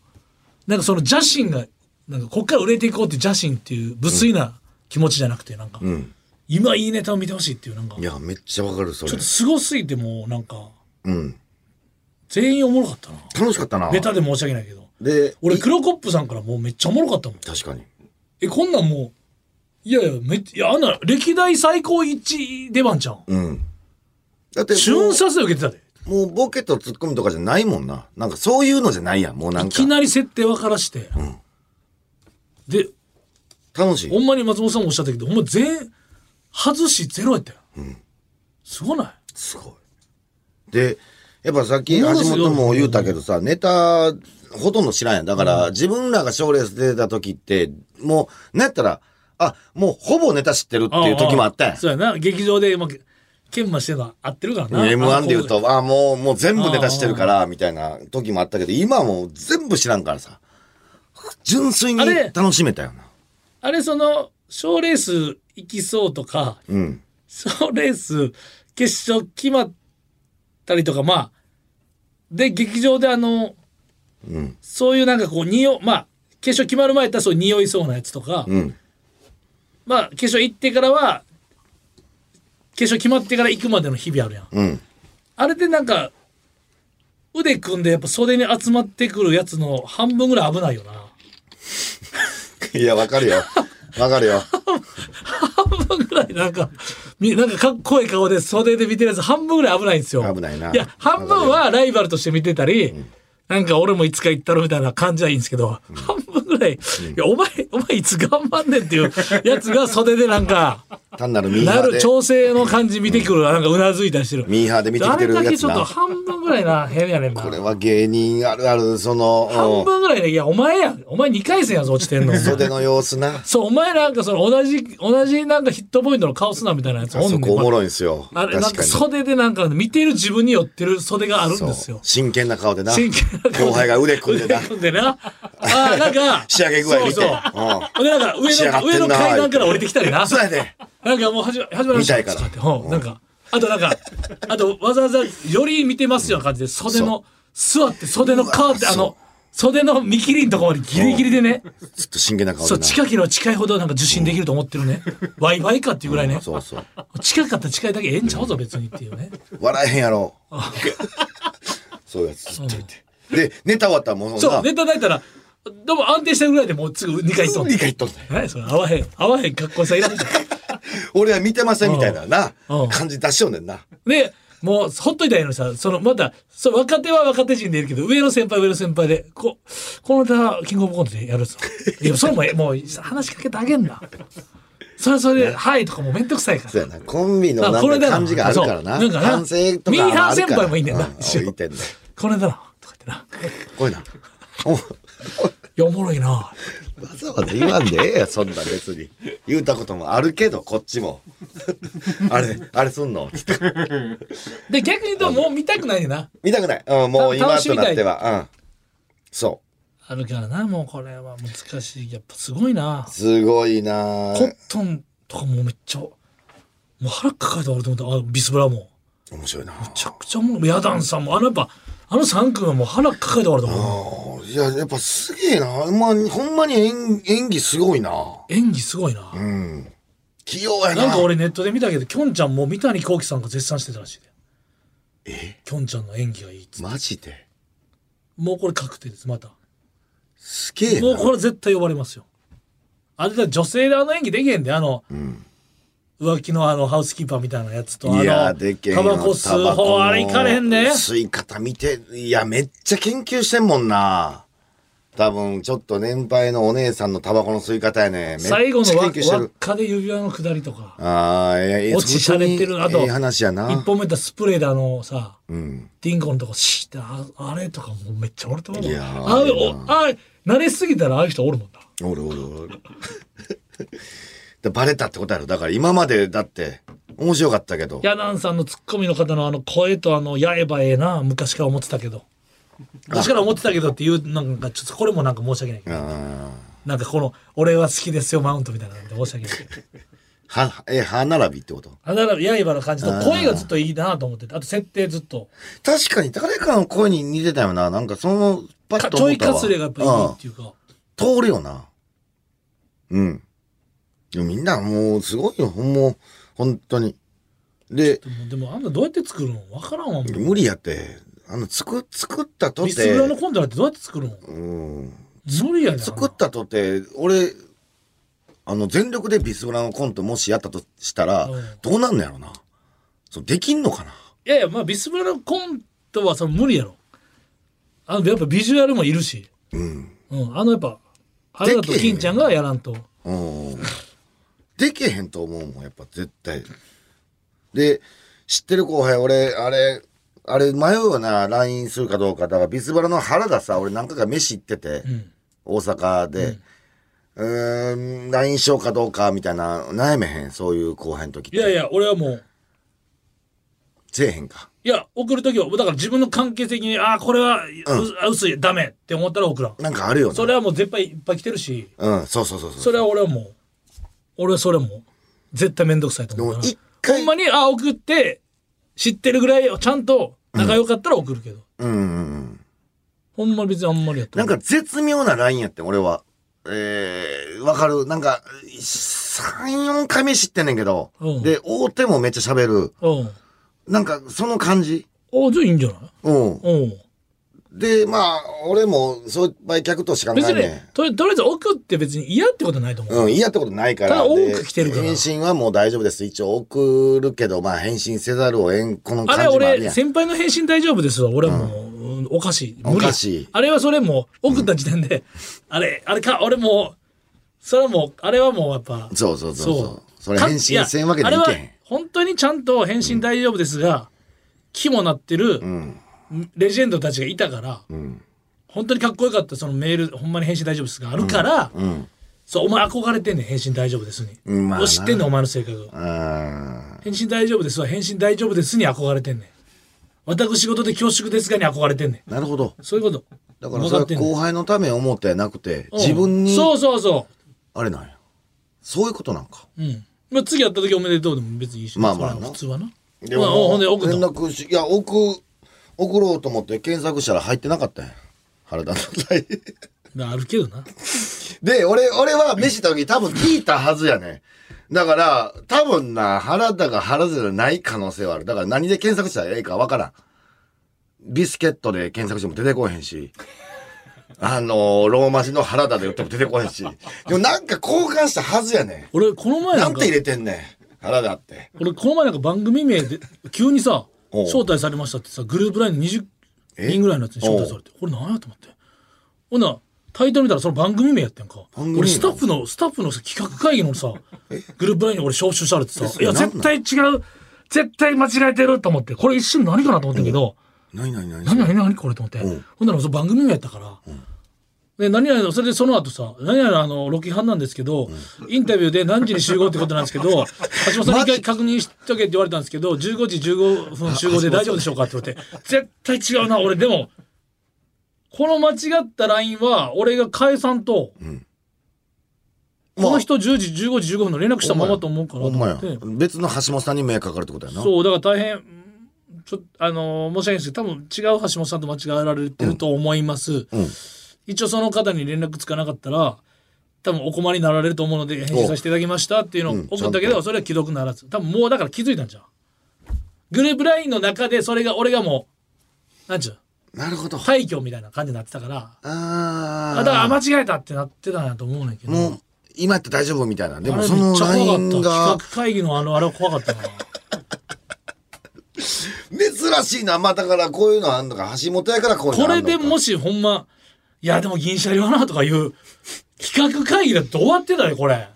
[SPEAKER 3] なんかその邪心がなんかこっから売れていこうっていう邪心っていう無粋な気持ちじゃなくてなんか、
[SPEAKER 4] うん
[SPEAKER 3] 今いいネタを見てほしいっていうなんか
[SPEAKER 4] い
[SPEAKER 3] ちょ
[SPEAKER 4] やめっちゃわかるそれ
[SPEAKER 3] っとすごすぎてもうなんか
[SPEAKER 4] うん
[SPEAKER 3] 全員おもろかったな
[SPEAKER 4] 楽しかったな
[SPEAKER 3] ベタで申し訳ないけど
[SPEAKER 4] で
[SPEAKER 3] 俺
[SPEAKER 4] い
[SPEAKER 3] クロコップさんからもうめっちゃおもろかったもん
[SPEAKER 4] 確かに
[SPEAKER 3] えこんなんもういやいやめっいやあんな歴代最高一出番じゃん
[SPEAKER 4] うんだっても
[SPEAKER 3] 瞬
[SPEAKER 4] う
[SPEAKER 3] 殺で受けてたで
[SPEAKER 4] もうボケとツッコミとかじゃないもんななんかそういうのじゃないやんもうなん
[SPEAKER 3] い
[SPEAKER 4] か
[SPEAKER 3] きなり設定分からして、で
[SPEAKER 4] 楽しい
[SPEAKER 3] ほんまに松本さんもおっしゃったけど、ほんま全、外しゼロやったよ。すごない
[SPEAKER 4] すごい。で、やっぱさっき
[SPEAKER 3] もの
[SPEAKER 4] 橋
[SPEAKER 3] すごい
[SPEAKER 4] 本も言うたけどさ、ネタほとんど知らんやん。だから、自分らが賞レース出た時って、もう、なんやったら、あ、もうほぼネタ知ってるっていう時もあったやん。
[SPEAKER 3] そうやな、劇場で、まあ、研磨してたの合ってるからな。あ
[SPEAKER 4] M1
[SPEAKER 3] の
[SPEAKER 4] で言う。と、あ、もう、もう全部ネタしてるから、みたいな時もあったけど、今はもう全部知らんからさ。純粋に
[SPEAKER 3] あれ
[SPEAKER 4] 楽しめたよな。
[SPEAKER 3] あれその賞ーレース行きそうとか [laughs]
[SPEAKER 4] うん。
[SPEAKER 3] 賞ーレース決勝決まったりとかまあで劇場であの、
[SPEAKER 4] ん
[SPEAKER 3] そういうなんかこう匂まあ決勝決まる前やったらそういう匂いそうなやつとか、
[SPEAKER 4] うん。
[SPEAKER 3] まあ決勝行ってからは決勝決まってから行くまでの日々あるやん
[SPEAKER 4] うん。 [laughs]
[SPEAKER 3] あれでなんか腕組んでやっぱ袖に集まってくるやつの半分ぐらい危ないよない
[SPEAKER 4] や、わかるよ。わかるよ。
[SPEAKER 3] 半分ぐらいなんかみなんかかっこいい顔で袖で見てるやつ半分ぐらい危ないんですよ
[SPEAKER 4] 危ないな
[SPEAKER 3] や半分はライバルとして見てたり、なんか俺もいつか行ったろみたいな感じはいいんですけど、半分ぐらい、いやお前お前いつ頑張んねんっていうやつが袖でなんか
[SPEAKER 4] 単なるミーハ
[SPEAKER 3] な
[SPEAKER 4] ー
[SPEAKER 3] る
[SPEAKER 4] で。
[SPEAKER 3] 調整の感じ見てくる、なんかうなずいたりしてる
[SPEAKER 4] ミーハーで見てき
[SPEAKER 3] あ
[SPEAKER 4] て
[SPEAKER 3] れ
[SPEAKER 4] る
[SPEAKER 3] だ
[SPEAKER 4] や
[SPEAKER 3] け
[SPEAKER 4] つ
[SPEAKER 3] ちょっと
[SPEAKER 4] な。
[SPEAKER 3] 半分ぐらいな変やねんな
[SPEAKER 4] これは芸人あるある、その、
[SPEAKER 3] 半
[SPEAKER 4] うん
[SPEAKER 3] 分ぐらいねいやお前やんお前2回戦やぞ落ちてん
[SPEAKER 4] [laughs]
[SPEAKER 3] の
[SPEAKER 4] 袖の様子な。
[SPEAKER 3] そうお前なんかその同じ同じなんかヒットポイントの顔すなみたいなやつ
[SPEAKER 4] あ
[SPEAKER 3] おんね
[SPEAKER 4] そ
[SPEAKER 3] ん
[SPEAKER 4] こおもろいんすよ。
[SPEAKER 3] あ
[SPEAKER 4] 確
[SPEAKER 3] れなんか
[SPEAKER 4] かに。
[SPEAKER 3] 袖でなんか見てる自分に寄ってる袖があるんです
[SPEAKER 4] そう
[SPEAKER 3] よ。
[SPEAKER 4] 真剣な顔でな。
[SPEAKER 3] 真剣な顔で
[SPEAKER 4] 後輩が腕組んでな
[SPEAKER 3] 腕。組んでな。ああ、なんか。
[SPEAKER 4] [laughs] 仕上げ具合見て
[SPEAKER 3] そうそう。で、なんか
[SPEAKER 4] 仕上
[SPEAKER 3] 上
[SPEAKER 4] がっ
[SPEAKER 3] の、
[SPEAKER 4] てんな
[SPEAKER 3] 上の階段から降りてきたりな。
[SPEAKER 4] そうやで。
[SPEAKER 3] なんかもう始ま、始まりました。
[SPEAKER 4] 見たいから
[SPEAKER 3] とってうんなんか、あとなんか、あとわざわざより見てますような感じで、袖の、座って袖のカーっ
[SPEAKER 4] う
[SPEAKER 3] て、
[SPEAKER 4] わ
[SPEAKER 3] あの、袖の見切りんとこまでギリギリでね、
[SPEAKER 4] ずっと真剣な顔で
[SPEAKER 3] そう、
[SPEAKER 4] な。
[SPEAKER 3] 近ければ近いほどなんか受信できると思ってるね。ワイワイかっていうぐらいね。
[SPEAKER 4] そうそう。
[SPEAKER 3] 近かったら近いだけええんちゃうぞ、別にっていうね。
[SPEAKER 4] 笑えへんやろ。そういうやつずっと言って。で、ネタ終わったらもう
[SPEAKER 3] そう、
[SPEAKER 4] な、
[SPEAKER 3] ネタ泣いたら、でも安定したぐらいでもうすぐ2回飛ん
[SPEAKER 4] 理
[SPEAKER 3] で。
[SPEAKER 4] 解とんねん
[SPEAKER 3] 何やそれ合わへん、合わへん格好さいらんじゃん。
[SPEAKER 4] 俺は見てませんみたいなな
[SPEAKER 3] うん、
[SPEAKER 4] 感じ出しようねんな。
[SPEAKER 3] で、もうほっといたらいいのにさ、そのまた、そう若手は若手陣でいるけど、上の先輩は上の先輩で、こ、このネタ、キングオブコントでやるぞ。
[SPEAKER 4] [laughs]
[SPEAKER 3] いや、それもえ、もう話しかけてあげんな。それはそれで、はいとかもうめんどくさいから。
[SPEAKER 4] そうやな。コンビの
[SPEAKER 3] だからこ
[SPEAKER 4] な
[SPEAKER 3] れ
[SPEAKER 4] ん
[SPEAKER 3] だ
[SPEAKER 4] か
[SPEAKER 3] な
[SPEAKER 4] 感じがあるからな。
[SPEAKER 3] そうなんかな
[SPEAKER 4] 反省とかもあるから。
[SPEAKER 3] ミーハー先輩もいんねんな
[SPEAKER 4] う
[SPEAKER 3] 一応
[SPEAKER 4] いてんねん
[SPEAKER 3] これだな、とか言ってな。
[SPEAKER 4] こういうな。おわ
[SPEAKER 3] いや、おもろいな。
[SPEAKER 4] ざわざ言わんでええや、そんな別に。言うたこともあるけど、こっちも。 [laughs] あれ、あれすんのつって
[SPEAKER 3] で、逆に言うと、もう見たくないねんな。
[SPEAKER 4] 見たくない。うん、もう今
[SPEAKER 3] 楽し
[SPEAKER 4] と
[SPEAKER 3] みたい
[SPEAKER 4] なっては。うん。そ
[SPEAKER 3] あるからな、もうこれは難しい。やっぱすごいな
[SPEAKER 4] う。。すごいな
[SPEAKER 3] コットンとかもめっちゃ、もう腹抱えた俺と思った。あのビスブラも。め
[SPEAKER 4] 面白いな
[SPEAKER 3] ちゃくちゃおもう、ヤダンさんも、あのやっぱ、あの3組はもう腹抱えた俺と思
[SPEAKER 4] あ
[SPEAKER 3] っ
[SPEAKER 4] いや、やっぱすげえな。ほんまに、ほんまに演演技すごいな。
[SPEAKER 3] た。演技すごいな。
[SPEAKER 4] うん。器用やな。
[SPEAKER 3] なんか俺ネットで見たけど、きょんちゃんも三谷幸喜さんが絶賛してたらしいで。
[SPEAKER 4] え
[SPEAKER 3] きょんちゃんの演技がいいっつって。
[SPEAKER 4] マジで
[SPEAKER 3] もうこれ確定です、また。
[SPEAKER 4] すげえ
[SPEAKER 3] もう
[SPEAKER 4] な。
[SPEAKER 3] これ絶対呼ばれますよ。あれだ、女性であの演技できへんで、あの、浮気のあのハウスキーパーみたいなやつと、あの、
[SPEAKER 4] いや、でけえ
[SPEAKER 3] タバコ吸う方、あれいかれへんで。
[SPEAKER 4] 吸い方見て、いや、めっちゃ研究してんもんな。多分、ちょっと年配のお姉さんのタバコの吸い方やね。めっちゃ
[SPEAKER 3] 最後の
[SPEAKER 4] 研
[SPEAKER 3] 輪
[SPEAKER 4] 究して
[SPEAKER 3] 輪っ
[SPEAKER 4] る。
[SPEAKER 3] かで指輪の下りとか、
[SPEAKER 4] ああ、ええ、
[SPEAKER 3] 落ちしゃれてるあと
[SPEAKER 4] ええ話や
[SPEAKER 3] 一
[SPEAKER 4] な。
[SPEAKER 3] 本目だったらスプレーであのさ、
[SPEAKER 4] うん。
[SPEAKER 3] ディンゴのとこシーってああれとかもうめっちゃ俺と思う
[SPEAKER 4] いやー
[SPEAKER 3] あ
[SPEAKER 4] いい
[SPEAKER 3] お
[SPEAKER 4] な
[SPEAKER 3] あ慣れすぎたらああいう人おるもんな。
[SPEAKER 4] おるおるおる。 [laughs] でバレたってことやろ。だから今までだって、面白かったけど。
[SPEAKER 3] ヤダンさんのツッコミの方のあの声とあの、やえばええな、昔から思ってたけど。昔から思ってたけどっていう、なんかちょっとこれもなんか申し訳ないけど。
[SPEAKER 4] あ
[SPEAKER 3] なんかこの、俺は好きですよ、マウントみたいなので申し訳ないけど。
[SPEAKER 4] ーは、え、歯並びってこと
[SPEAKER 3] あだから、刃の感じと声がずっといいなと思ってて、あと設定ずっと。
[SPEAKER 4] 確かに誰かの声に似てたよな。なんかその、パッ
[SPEAKER 3] か
[SPEAKER 4] と
[SPEAKER 3] ちょ
[SPEAKER 4] 思っ
[SPEAKER 3] い
[SPEAKER 4] たわ
[SPEAKER 3] かすれがやっぱいいっていうか。
[SPEAKER 4] うん通るよな。うん。でもみんなもうすごいよ。ほんもう、本当に。で、
[SPEAKER 3] でも、でもあんなどうやって作るのわからんわ、もう。
[SPEAKER 4] 無理やって、あの、作、作ったと
[SPEAKER 3] ビスブラの
[SPEAKER 4] て、
[SPEAKER 3] コントなんてどうやって作るの
[SPEAKER 4] うん。
[SPEAKER 3] 無理やねん。
[SPEAKER 4] 作ったとて、俺、あの、全力でビスブラのコントもしやったとしたら
[SPEAKER 3] うん、
[SPEAKER 4] どうなんのやろな。そう、できんのかな。
[SPEAKER 3] いやいや、まあ、ビスブラのコントはその無理やろ。あの、やっぱビジュアルもいるし。
[SPEAKER 4] うん。
[SPEAKER 3] うん、あのやっぱ、あれだと
[SPEAKER 4] できへん
[SPEAKER 3] 金ちゃんがやらんと。
[SPEAKER 4] うん。できへんと思うもん、やっぱ絶対。で、知ってる後輩、俺、あれ、あれ迷うよな、LINE するかどうか。だから、ビスバラの原田さ、俺何回か飯行ってて、
[SPEAKER 3] うん。
[SPEAKER 4] 大阪で、うーん、LINE しようかどうか、みたいな、悩めへん、そういう後輩の時っ
[SPEAKER 3] い
[SPEAKER 4] て。
[SPEAKER 3] やいや、俺はもう、
[SPEAKER 4] せえへんか。
[SPEAKER 3] いや送る時はだから自分の関係的にああこれはう薄いダメって思ったら送らん
[SPEAKER 4] なんかあるよね
[SPEAKER 3] そ。れはもう絶対いっぱい来てるし
[SPEAKER 4] うん、そうそうそうそう。
[SPEAKER 3] それは俺はもう俺はそれはもう絶対面倒くさいと
[SPEAKER 4] で
[SPEAKER 3] 思う
[SPEAKER 4] も
[SPEAKER 3] から
[SPEAKER 4] 一回、
[SPEAKER 3] ほんまにあ送って知ってるぐらいちゃんと仲良かったら送るけど、
[SPEAKER 4] うんうんうん。
[SPEAKER 3] ほんま別にあんまりやった
[SPEAKER 4] なんか絶妙なラインやってん俺は。えー、わかる。なんか、3、4回目知ってんねんけど、
[SPEAKER 3] うん
[SPEAKER 4] で、大手もめっちゃ喋る。
[SPEAKER 3] うんあ
[SPEAKER 4] なんか、その感じ。
[SPEAKER 3] じゃあいいんじゃない
[SPEAKER 4] うん。
[SPEAKER 3] うん
[SPEAKER 4] で、まあ、俺も、そう、売却としか考
[SPEAKER 3] 別
[SPEAKER 4] え
[SPEAKER 3] に
[SPEAKER 4] ね
[SPEAKER 3] ねとりとりあえず送って別に嫌ってことはないと思う、
[SPEAKER 4] うん、嫌ってことないから。
[SPEAKER 3] ただ多く
[SPEAKER 4] で
[SPEAKER 3] 来てるから
[SPEAKER 4] 返信はもう大丈夫です。一応送るけど、まあ、返信せざるをえん、この
[SPEAKER 3] あ
[SPEAKER 4] 感
[SPEAKER 3] れ
[SPEAKER 4] じもある
[SPEAKER 3] 俺
[SPEAKER 4] やん。
[SPEAKER 3] 先輩の返信大丈夫ですわ俺はもう、うんおかしい無理
[SPEAKER 4] おかしい
[SPEAKER 3] あれはそれもう送った時点で、あれあれか俺もうそれはもうあれはもうやっぱ
[SPEAKER 4] そうそうそうそう。それ
[SPEAKER 3] か
[SPEAKER 4] 返信せんわけにはい
[SPEAKER 3] や
[SPEAKER 4] け
[SPEAKER 3] あれ
[SPEAKER 4] へ
[SPEAKER 3] は
[SPEAKER 4] ん。
[SPEAKER 3] 本当にちゃんと返信大丈夫ですが、気もなってる
[SPEAKER 4] ん
[SPEAKER 3] レジェンドたちがいたから、
[SPEAKER 4] ん
[SPEAKER 3] 本当にかっこよかったそのメールほんまに返信大丈夫ですがあるから、
[SPEAKER 4] うん。
[SPEAKER 3] そうお前憧れてんねん返信大丈夫ですに、
[SPEAKER 4] うんまあな
[SPEAKER 3] 知ってんねんお前の性格
[SPEAKER 4] あ
[SPEAKER 3] 返信大丈夫ですは返信大丈夫ですに憧れてんねん私事で恐縮ですがに憧れてんねん
[SPEAKER 4] ーなるほど。
[SPEAKER 3] そういうこと
[SPEAKER 4] だから
[SPEAKER 3] 分
[SPEAKER 4] そ
[SPEAKER 3] か
[SPEAKER 4] れ
[SPEAKER 3] っ
[SPEAKER 4] は
[SPEAKER 3] てんねん
[SPEAKER 4] 後輩のため思ったんやなくて、
[SPEAKER 3] うん
[SPEAKER 4] 自分に、
[SPEAKER 3] そうそうそ
[SPEAKER 4] あれなんや。そういうことなんか。
[SPEAKER 3] ううんまあ次やった時おめでとうでも別にいいし
[SPEAKER 4] まあまあな
[SPEAKER 3] それは普通はな
[SPEAKER 4] で
[SPEAKER 3] まあほんで奥
[SPEAKER 4] 連
[SPEAKER 3] と
[SPEAKER 4] 絡し、いや、送、送ろうと思って検索したら入ってなかったんや。原田の台
[SPEAKER 3] あるけどな
[SPEAKER 4] [laughs] で、俺、俺は飯行った時多分聞いたはずやね。だから、多分な、原田が原田じゃない可能性はある。だから何で検索したらええかわからん。ビスケットで検索しても出てこへんし。あのローマ字の原田で打っても出てこへんし。でもなんか交換したはずやね。
[SPEAKER 3] 俺この前な
[SPEAKER 4] なんん
[SPEAKER 3] か
[SPEAKER 4] て入れてんねん。原田って。
[SPEAKER 3] [laughs] 俺この前なんか番組名で急にさ
[SPEAKER 4] おう
[SPEAKER 3] 招待されましたってさグループラインに20
[SPEAKER 4] え
[SPEAKER 3] 人ぐらいのやつに招待されてこれ何やと思ってほんならタイトル見たらその番組名やってんか
[SPEAKER 4] 番組名
[SPEAKER 3] 俺スタッフのスタッフの企画会議のさグループラインに俺招集されてさ
[SPEAKER 4] そ
[SPEAKER 3] い
[SPEAKER 4] れ
[SPEAKER 3] や
[SPEAKER 4] 何
[SPEAKER 3] 絶対違う絶対間違えてると思ってこれ一瞬何かなと思ったけど
[SPEAKER 4] 何何何
[SPEAKER 3] 何何何これと思って
[SPEAKER 4] うん
[SPEAKER 3] ほんならその番組名やったからで何々のそれでその後さ何々のあのロキハンなんですけど、インタビューで何時に集合ってことなんです
[SPEAKER 4] [laughs]
[SPEAKER 3] けど橋本さんに一回確認しとけって言われたんですけど15時15分集合で大丈夫でしょうかって
[SPEAKER 4] [laughs]
[SPEAKER 3] 言われて絶対違うな俺でもこの間違った LINE は俺が返さんと、この人10時15時15分の連絡したままと思うから
[SPEAKER 4] ほ
[SPEAKER 3] と
[SPEAKER 4] んま
[SPEAKER 3] 思
[SPEAKER 4] や
[SPEAKER 3] って。
[SPEAKER 4] 別の橋本さんに迷惑かかるってことやな。
[SPEAKER 3] そうだから大変うんちょあのー申し訳ないですけど多分違う橋本さんと間違えられてると思います、
[SPEAKER 4] うん
[SPEAKER 3] 一応その方に連絡つかなかったら多分お困りになられると思うので返信させていただきましたっていうのを
[SPEAKER 4] うん
[SPEAKER 3] 送った
[SPEAKER 4] ち
[SPEAKER 3] けど、
[SPEAKER 4] ゃんと
[SPEAKER 3] それは既読ならず多分もうだから気づいたんじゃんグループラインの中でそれが俺がもうなんちゅう
[SPEAKER 4] なるほど。
[SPEAKER 3] 退去みたいな感じになってたから
[SPEAKER 4] あ
[SPEAKER 3] あ
[SPEAKER 4] あ。
[SPEAKER 3] だからあ間違えたってなってたんやと思うねんけど
[SPEAKER 4] もう、今やって大丈夫みたいな。で
[SPEAKER 3] あ
[SPEAKER 4] も
[SPEAKER 3] れ
[SPEAKER 4] そ
[SPEAKER 3] め
[SPEAKER 4] の
[SPEAKER 3] っちゃ
[SPEAKER 4] ライン
[SPEAKER 3] 怖か
[SPEAKER 4] が
[SPEAKER 3] った企画、会議のあのあれは怖かったな
[SPEAKER 4] 珍しいな。まあだからこういうのあんのか、橋本やからこういう
[SPEAKER 3] こ
[SPEAKER 4] のあ
[SPEAKER 3] れ
[SPEAKER 4] んのか。
[SPEAKER 3] でもしほんまいやでも銀シャリはなとかいう企画会議だと終わってたよこれ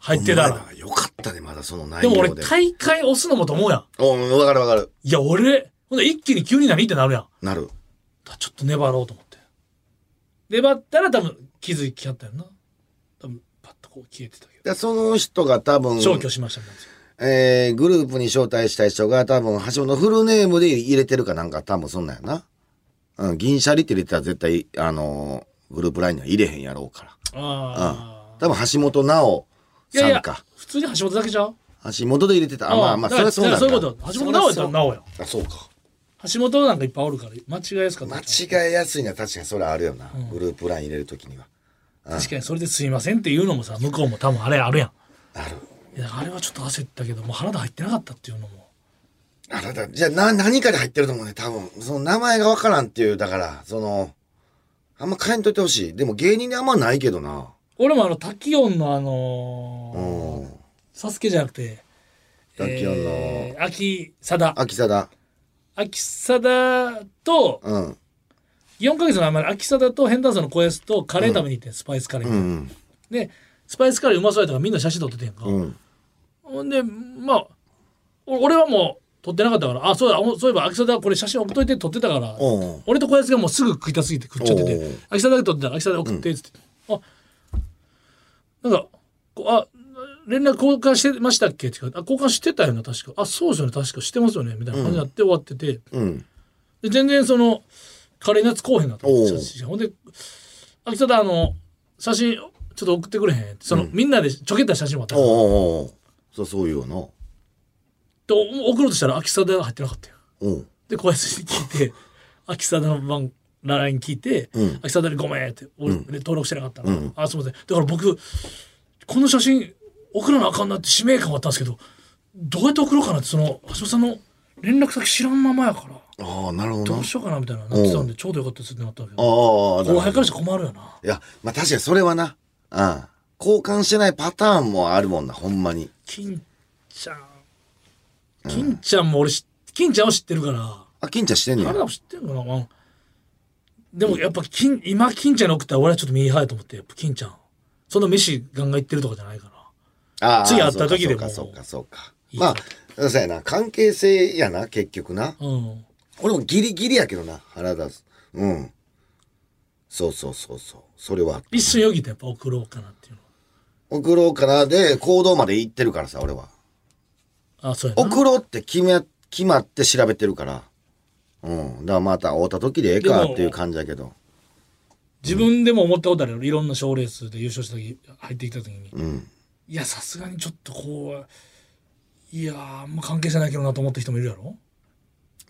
[SPEAKER 3] 入ってた
[SPEAKER 4] お前
[SPEAKER 3] ら
[SPEAKER 4] らよかったね、まだその内
[SPEAKER 3] で
[SPEAKER 4] 容
[SPEAKER 3] も
[SPEAKER 4] で。
[SPEAKER 3] 俺大会押すのもと思うやん
[SPEAKER 4] おうん、わかるわかる。
[SPEAKER 3] いや、俺、ほんで一気に急に何ってなるやん。だか
[SPEAKER 4] なる。
[SPEAKER 3] らちょっと粘ろうと思って。粘ったら多分気づきはったよな。多分パッとこう消えてたけど。
[SPEAKER 4] で、その人が多分、
[SPEAKER 3] 消去しましたもんね。
[SPEAKER 4] えー、グループに招待した人が多分、橋本のフルネームで入れてるかなんか多分そんなんやな。うん、銀シャリって入れてたら絶対、あのーグループラインには入れへんやろうから。
[SPEAKER 3] ああ。
[SPEAKER 4] 多分橋本直
[SPEAKER 3] いやい
[SPEAKER 4] さ
[SPEAKER 3] や
[SPEAKER 4] んか。、
[SPEAKER 3] 普通に橋本だけじゃん
[SPEAKER 4] 橋本で入れてた。あ、まあまあ、そ
[SPEAKER 3] だ
[SPEAKER 4] れ
[SPEAKER 3] か
[SPEAKER 4] は
[SPEAKER 3] ら
[SPEAKER 4] そうなんだ。
[SPEAKER 3] だからそういうこと。橋本直やった
[SPEAKER 4] そり
[SPEAKER 3] ら
[SPEAKER 4] ゃ
[SPEAKER 3] 直やん。
[SPEAKER 4] そうあ、そうか。
[SPEAKER 3] 橋本なんかいっぱいおるから、間違いやすかった。
[SPEAKER 4] 間違えやすいな、確かにそれあるよな。グループライン入れるときには。
[SPEAKER 3] 確かにそれですいませんっていうのもさ、向こうも多分あれあるやん。
[SPEAKER 4] ある。
[SPEAKER 3] いや、あれはちょっと焦ったけど、もう原田入ってなかったっていうのも。
[SPEAKER 4] あらだ、じゃあな、何かで入ってると思うね、多分。その名前がわからんっていう、だから、その、あんま変えんといてほしい。でも芸人であんまないけどな。
[SPEAKER 3] 俺もあの、タキオンのあ
[SPEAKER 4] う
[SPEAKER 3] のー
[SPEAKER 4] ん。
[SPEAKER 3] サスケじゃなくて、
[SPEAKER 4] タキオンの
[SPEAKER 3] えー秋貞。
[SPEAKER 4] 秋田だ。
[SPEAKER 3] 秋貞と、
[SPEAKER 4] うん。
[SPEAKER 3] 4ヶ月の前まで秋貞とヘンダーソンの小安とカレー食べに行ってん、スパイスカレー、
[SPEAKER 4] うん。
[SPEAKER 3] で、スパイスカレーうまそうやったからみんな写真撮っててんか。
[SPEAKER 4] うん。
[SPEAKER 3] ほんで、まあ、お俺はもう撮ってなかったから、あ、そうだ、おそういえば秋貞これ写真送っといて撮ってたから、
[SPEAKER 4] おう
[SPEAKER 3] 俺と小安がもうすぐ食いたすぎて食っちゃって
[SPEAKER 4] お
[SPEAKER 3] て
[SPEAKER 4] う、
[SPEAKER 3] 秋貞だけ撮ってたら秋貞送って、つって、あ、なんか、こうあ、連絡交換してましたっけ?」って言うからあ交換してたよな確かあそうですよね確かしてますよね」みたいな感じになって終わってて、
[SPEAKER 4] うん。
[SPEAKER 3] で全然そのカレーのやつ来おへんなと思って
[SPEAKER 4] おう
[SPEAKER 3] 写真ほんで「秋田だあの写真ちょっと送ってくれへん」ってその、みんなでちょけた写真もあった
[SPEAKER 4] おう
[SPEAKER 3] から
[SPEAKER 4] おうおうそうそういうの。
[SPEAKER 3] でお送ろうとしたら秋田だ入ってなかったよ
[SPEAKER 4] うん。
[SPEAKER 3] で小林に聞いて秋田だの番 LINE 聞いて「
[SPEAKER 4] うん
[SPEAKER 3] 秋田だにごめん」って俺、ね登録してなかったから、
[SPEAKER 4] うん
[SPEAKER 3] あすいませんだから僕この写真送らなあかんなって使命感はあったんですけどどうやって送ろうかなってその橋本さんの連絡先知らんままやから
[SPEAKER 4] ああ、なるほど
[SPEAKER 3] ど
[SPEAKER 4] な
[SPEAKER 3] う。しようかなみたいななってたんでちょうどよかったですってなったんだけど
[SPEAKER 4] ああ、なるほ
[SPEAKER 3] 後輩
[SPEAKER 4] ど
[SPEAKER 3] からしたら困るよな。
[SPEAKER 4] いや、まあ確かにそれはな。うん。交換してないパターンもあるもんな、ほんまに。
[SPEAKER 3] 金ちゃん。金ちゃんも俺し、金ちゃんを知ってるから、
[SPEAKER 4] あ、金ちゃんしてんねや
[SPEAKER 3] 彼ら。も知ってるのかな。でもやっぱ金、今金ちゃんに送ったら俺はちょっとミーハーやと思って、やっぱ金ちゃん。そんな飯ガンガン行ってるとかじゃないから。
[SPEAKER 4] ああ
[SPEAKER 3] 次会った時でも
[SPEAKER 4] そうか、そうか、
[SPEAKER 3] い
[SPEAKER 4] そうか。
[SPEAKER 3] い
[SPEAKER 4] まあ、そうやな。関係性やな、結局な。
[SPEAKER 3] うん。
[SPEAKER 4] 俺もギリギリやけどな、原田。うん。そうそうそうそう。それは。
[SPEAKER 3] 一瞬よぎってやっぱ送ろうかなっていう
[SPEAKER 4] 送ろうかなで、行動まで行ってるからさ、俺は。
[SPEAKER 3] の。あ、そうやな。
[SPEAKER 4] 送ろうって決め、決まって調べてるから。うん。だからまた会うた時でええか
[SPEAKER 3] でも
[SPEAKER 4] っていう感じやけど。
[SPEAKER 3] 自分でも思ったことあるよ。いろんな賞レースで優勝した時、入ってきた時に。
[SPEAKER 4] うん。
[SPEAKER 3] いや、さすがにちょっとこう、いやー、あんま関係じゃないけどなと思った人もいるやろ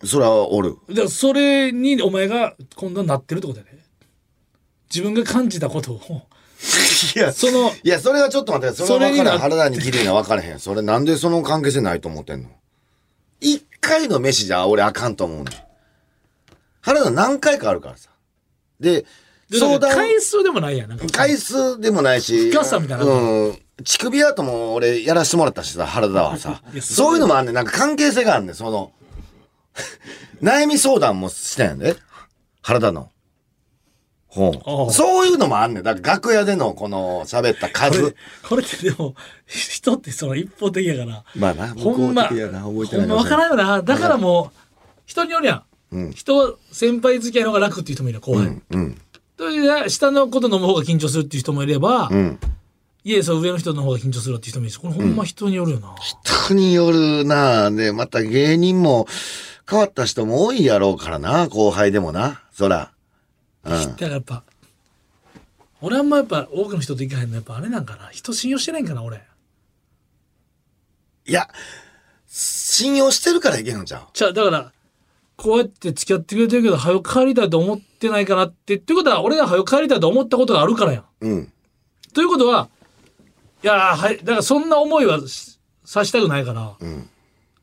[SPEAKER 4] それはおる。
[SPEAKER 3] だからそれにお前が今度はなってるってことだね自分が感じたことを
[SPEAKER 4] いや、
[SPEAKER 3] その
[SPEAKER 4] いや、それはちょっと待って、それは分からん。
[SPEAKER 3] それに
[SPEAKER 4] 原田にギリな分からへん。それなんでその関係性ないと思ってんの一回の飯じゃ俺あかんと思うねん。原田何回かあるからさ。で、相
[SPEAKER 3] だか
[SPEAKER 4] 談、
[SPEAKER 3] ら回数でもないやんなんか
[SPEAKER 4] 回数でもないし。
[SPEAKER 3] 深さみたいな
[SPEAKER 4] うん。乳首アートも俺やらしてもらったしさ、原田はさ
[SPEAKER 3] [laughs] い。やそれ
[SPEAKER 4] そういうのもあんねん。なんか関係性があんねん、その。 [laughs] 悩み相談もしたんやで。原田の。ほ
[SPEAKER 3] ああ
[SPEAKER 4] う。そういうのもあんねん。だから楽屋でのこの喋った
[SPEAKER 3] これ
[SPEAKER 4] 数。
[SPEAKER 3] これってでも人ってその一方的やから
[SPEAKER 4] まあな、
[SPEAKER 3] ほん
[SPEAKER 4] 向
[SPEAKER 3] ま
[SPEAKER 4] こう的やな覚えて
[SPEAKER 3] ほんま
[SPEAKER 4] ない
[SPEAKER 3] 分からんよなだからもう人によりやん、
[SPEAKER 4] うん
[SPEAKER 3] 人は先輩付き合いの方が楽っていう人もいるよ後輩、
[SPEAKER 4] うん、うん、
[SPEAKER 3] という下のことの方が緊張するっていう人もいれば、
[SPEAKER 4] うん。
[SPEAKER 3] いえそう上の人の方が緊張するっていう人もいるしこれほんま人によるよな、
[SPEAKER 4] 人によるなね、また芸人も変わった人も多いやろうからな、後輩でもな、そら。うん。
[SPEAKER 3] だからやっぱ俺あんまやっぱ多くの人と行かへんのやっぱあれなんかな人信用してないんかな俺
[SPEAKER 4] いや、信用してるからいけんのじゃん。
[SPEAKER 3] じゃあだからこうやって付き合ってくれてるけど早く帰りたいと思ってないかなってってことは俺が早く帰りたいと思ったことがあるからやん
[SPEAKER 4] うん。
[SPEAKER 3] ということはいやーはいだからそんな思いはしさしたくないから、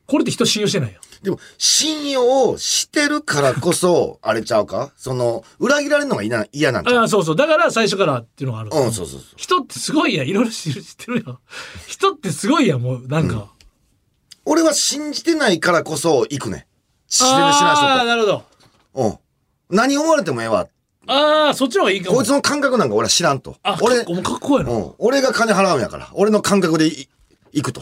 [SPEAKER 3] これって人信用してないよ
[SPEAKER 4] でも、信用をしてるからこ [laughs] そ、あれちゃうかその、裏切られるのが嫌な嫌なんちゃ
[SPEAKER 3] ああそうそうだから最初からっていうのがある、
[SPEAKER 4] ううん、そうそうそう。
[SPEAKER 3] 人ってすごいやんいろいろ知る知ってるやん人ってすごいやんもうなんか、
[SPEAKER 4] 俺は信じてないからこそ行くね。知ってる知
[SPEAKER 3] ああ
[SPEAKER 4] ら
[SPEAKER 3] なるほど
[SPEAKER 4] ない人と。うん。何思われてもええわ。
[SPEAKER 3] ああそっちの方がいいかも
[SPEAKER 4] こいつの感覚なんか俺は知らんと
[SPEAKER 3] あ。
[SPEAKER 4] 俺、
[SPEAKER 3] かっこもうかっこいいな、
[SPEAKER 4] うん、俺が金払うんやから俺の感覚でい行くと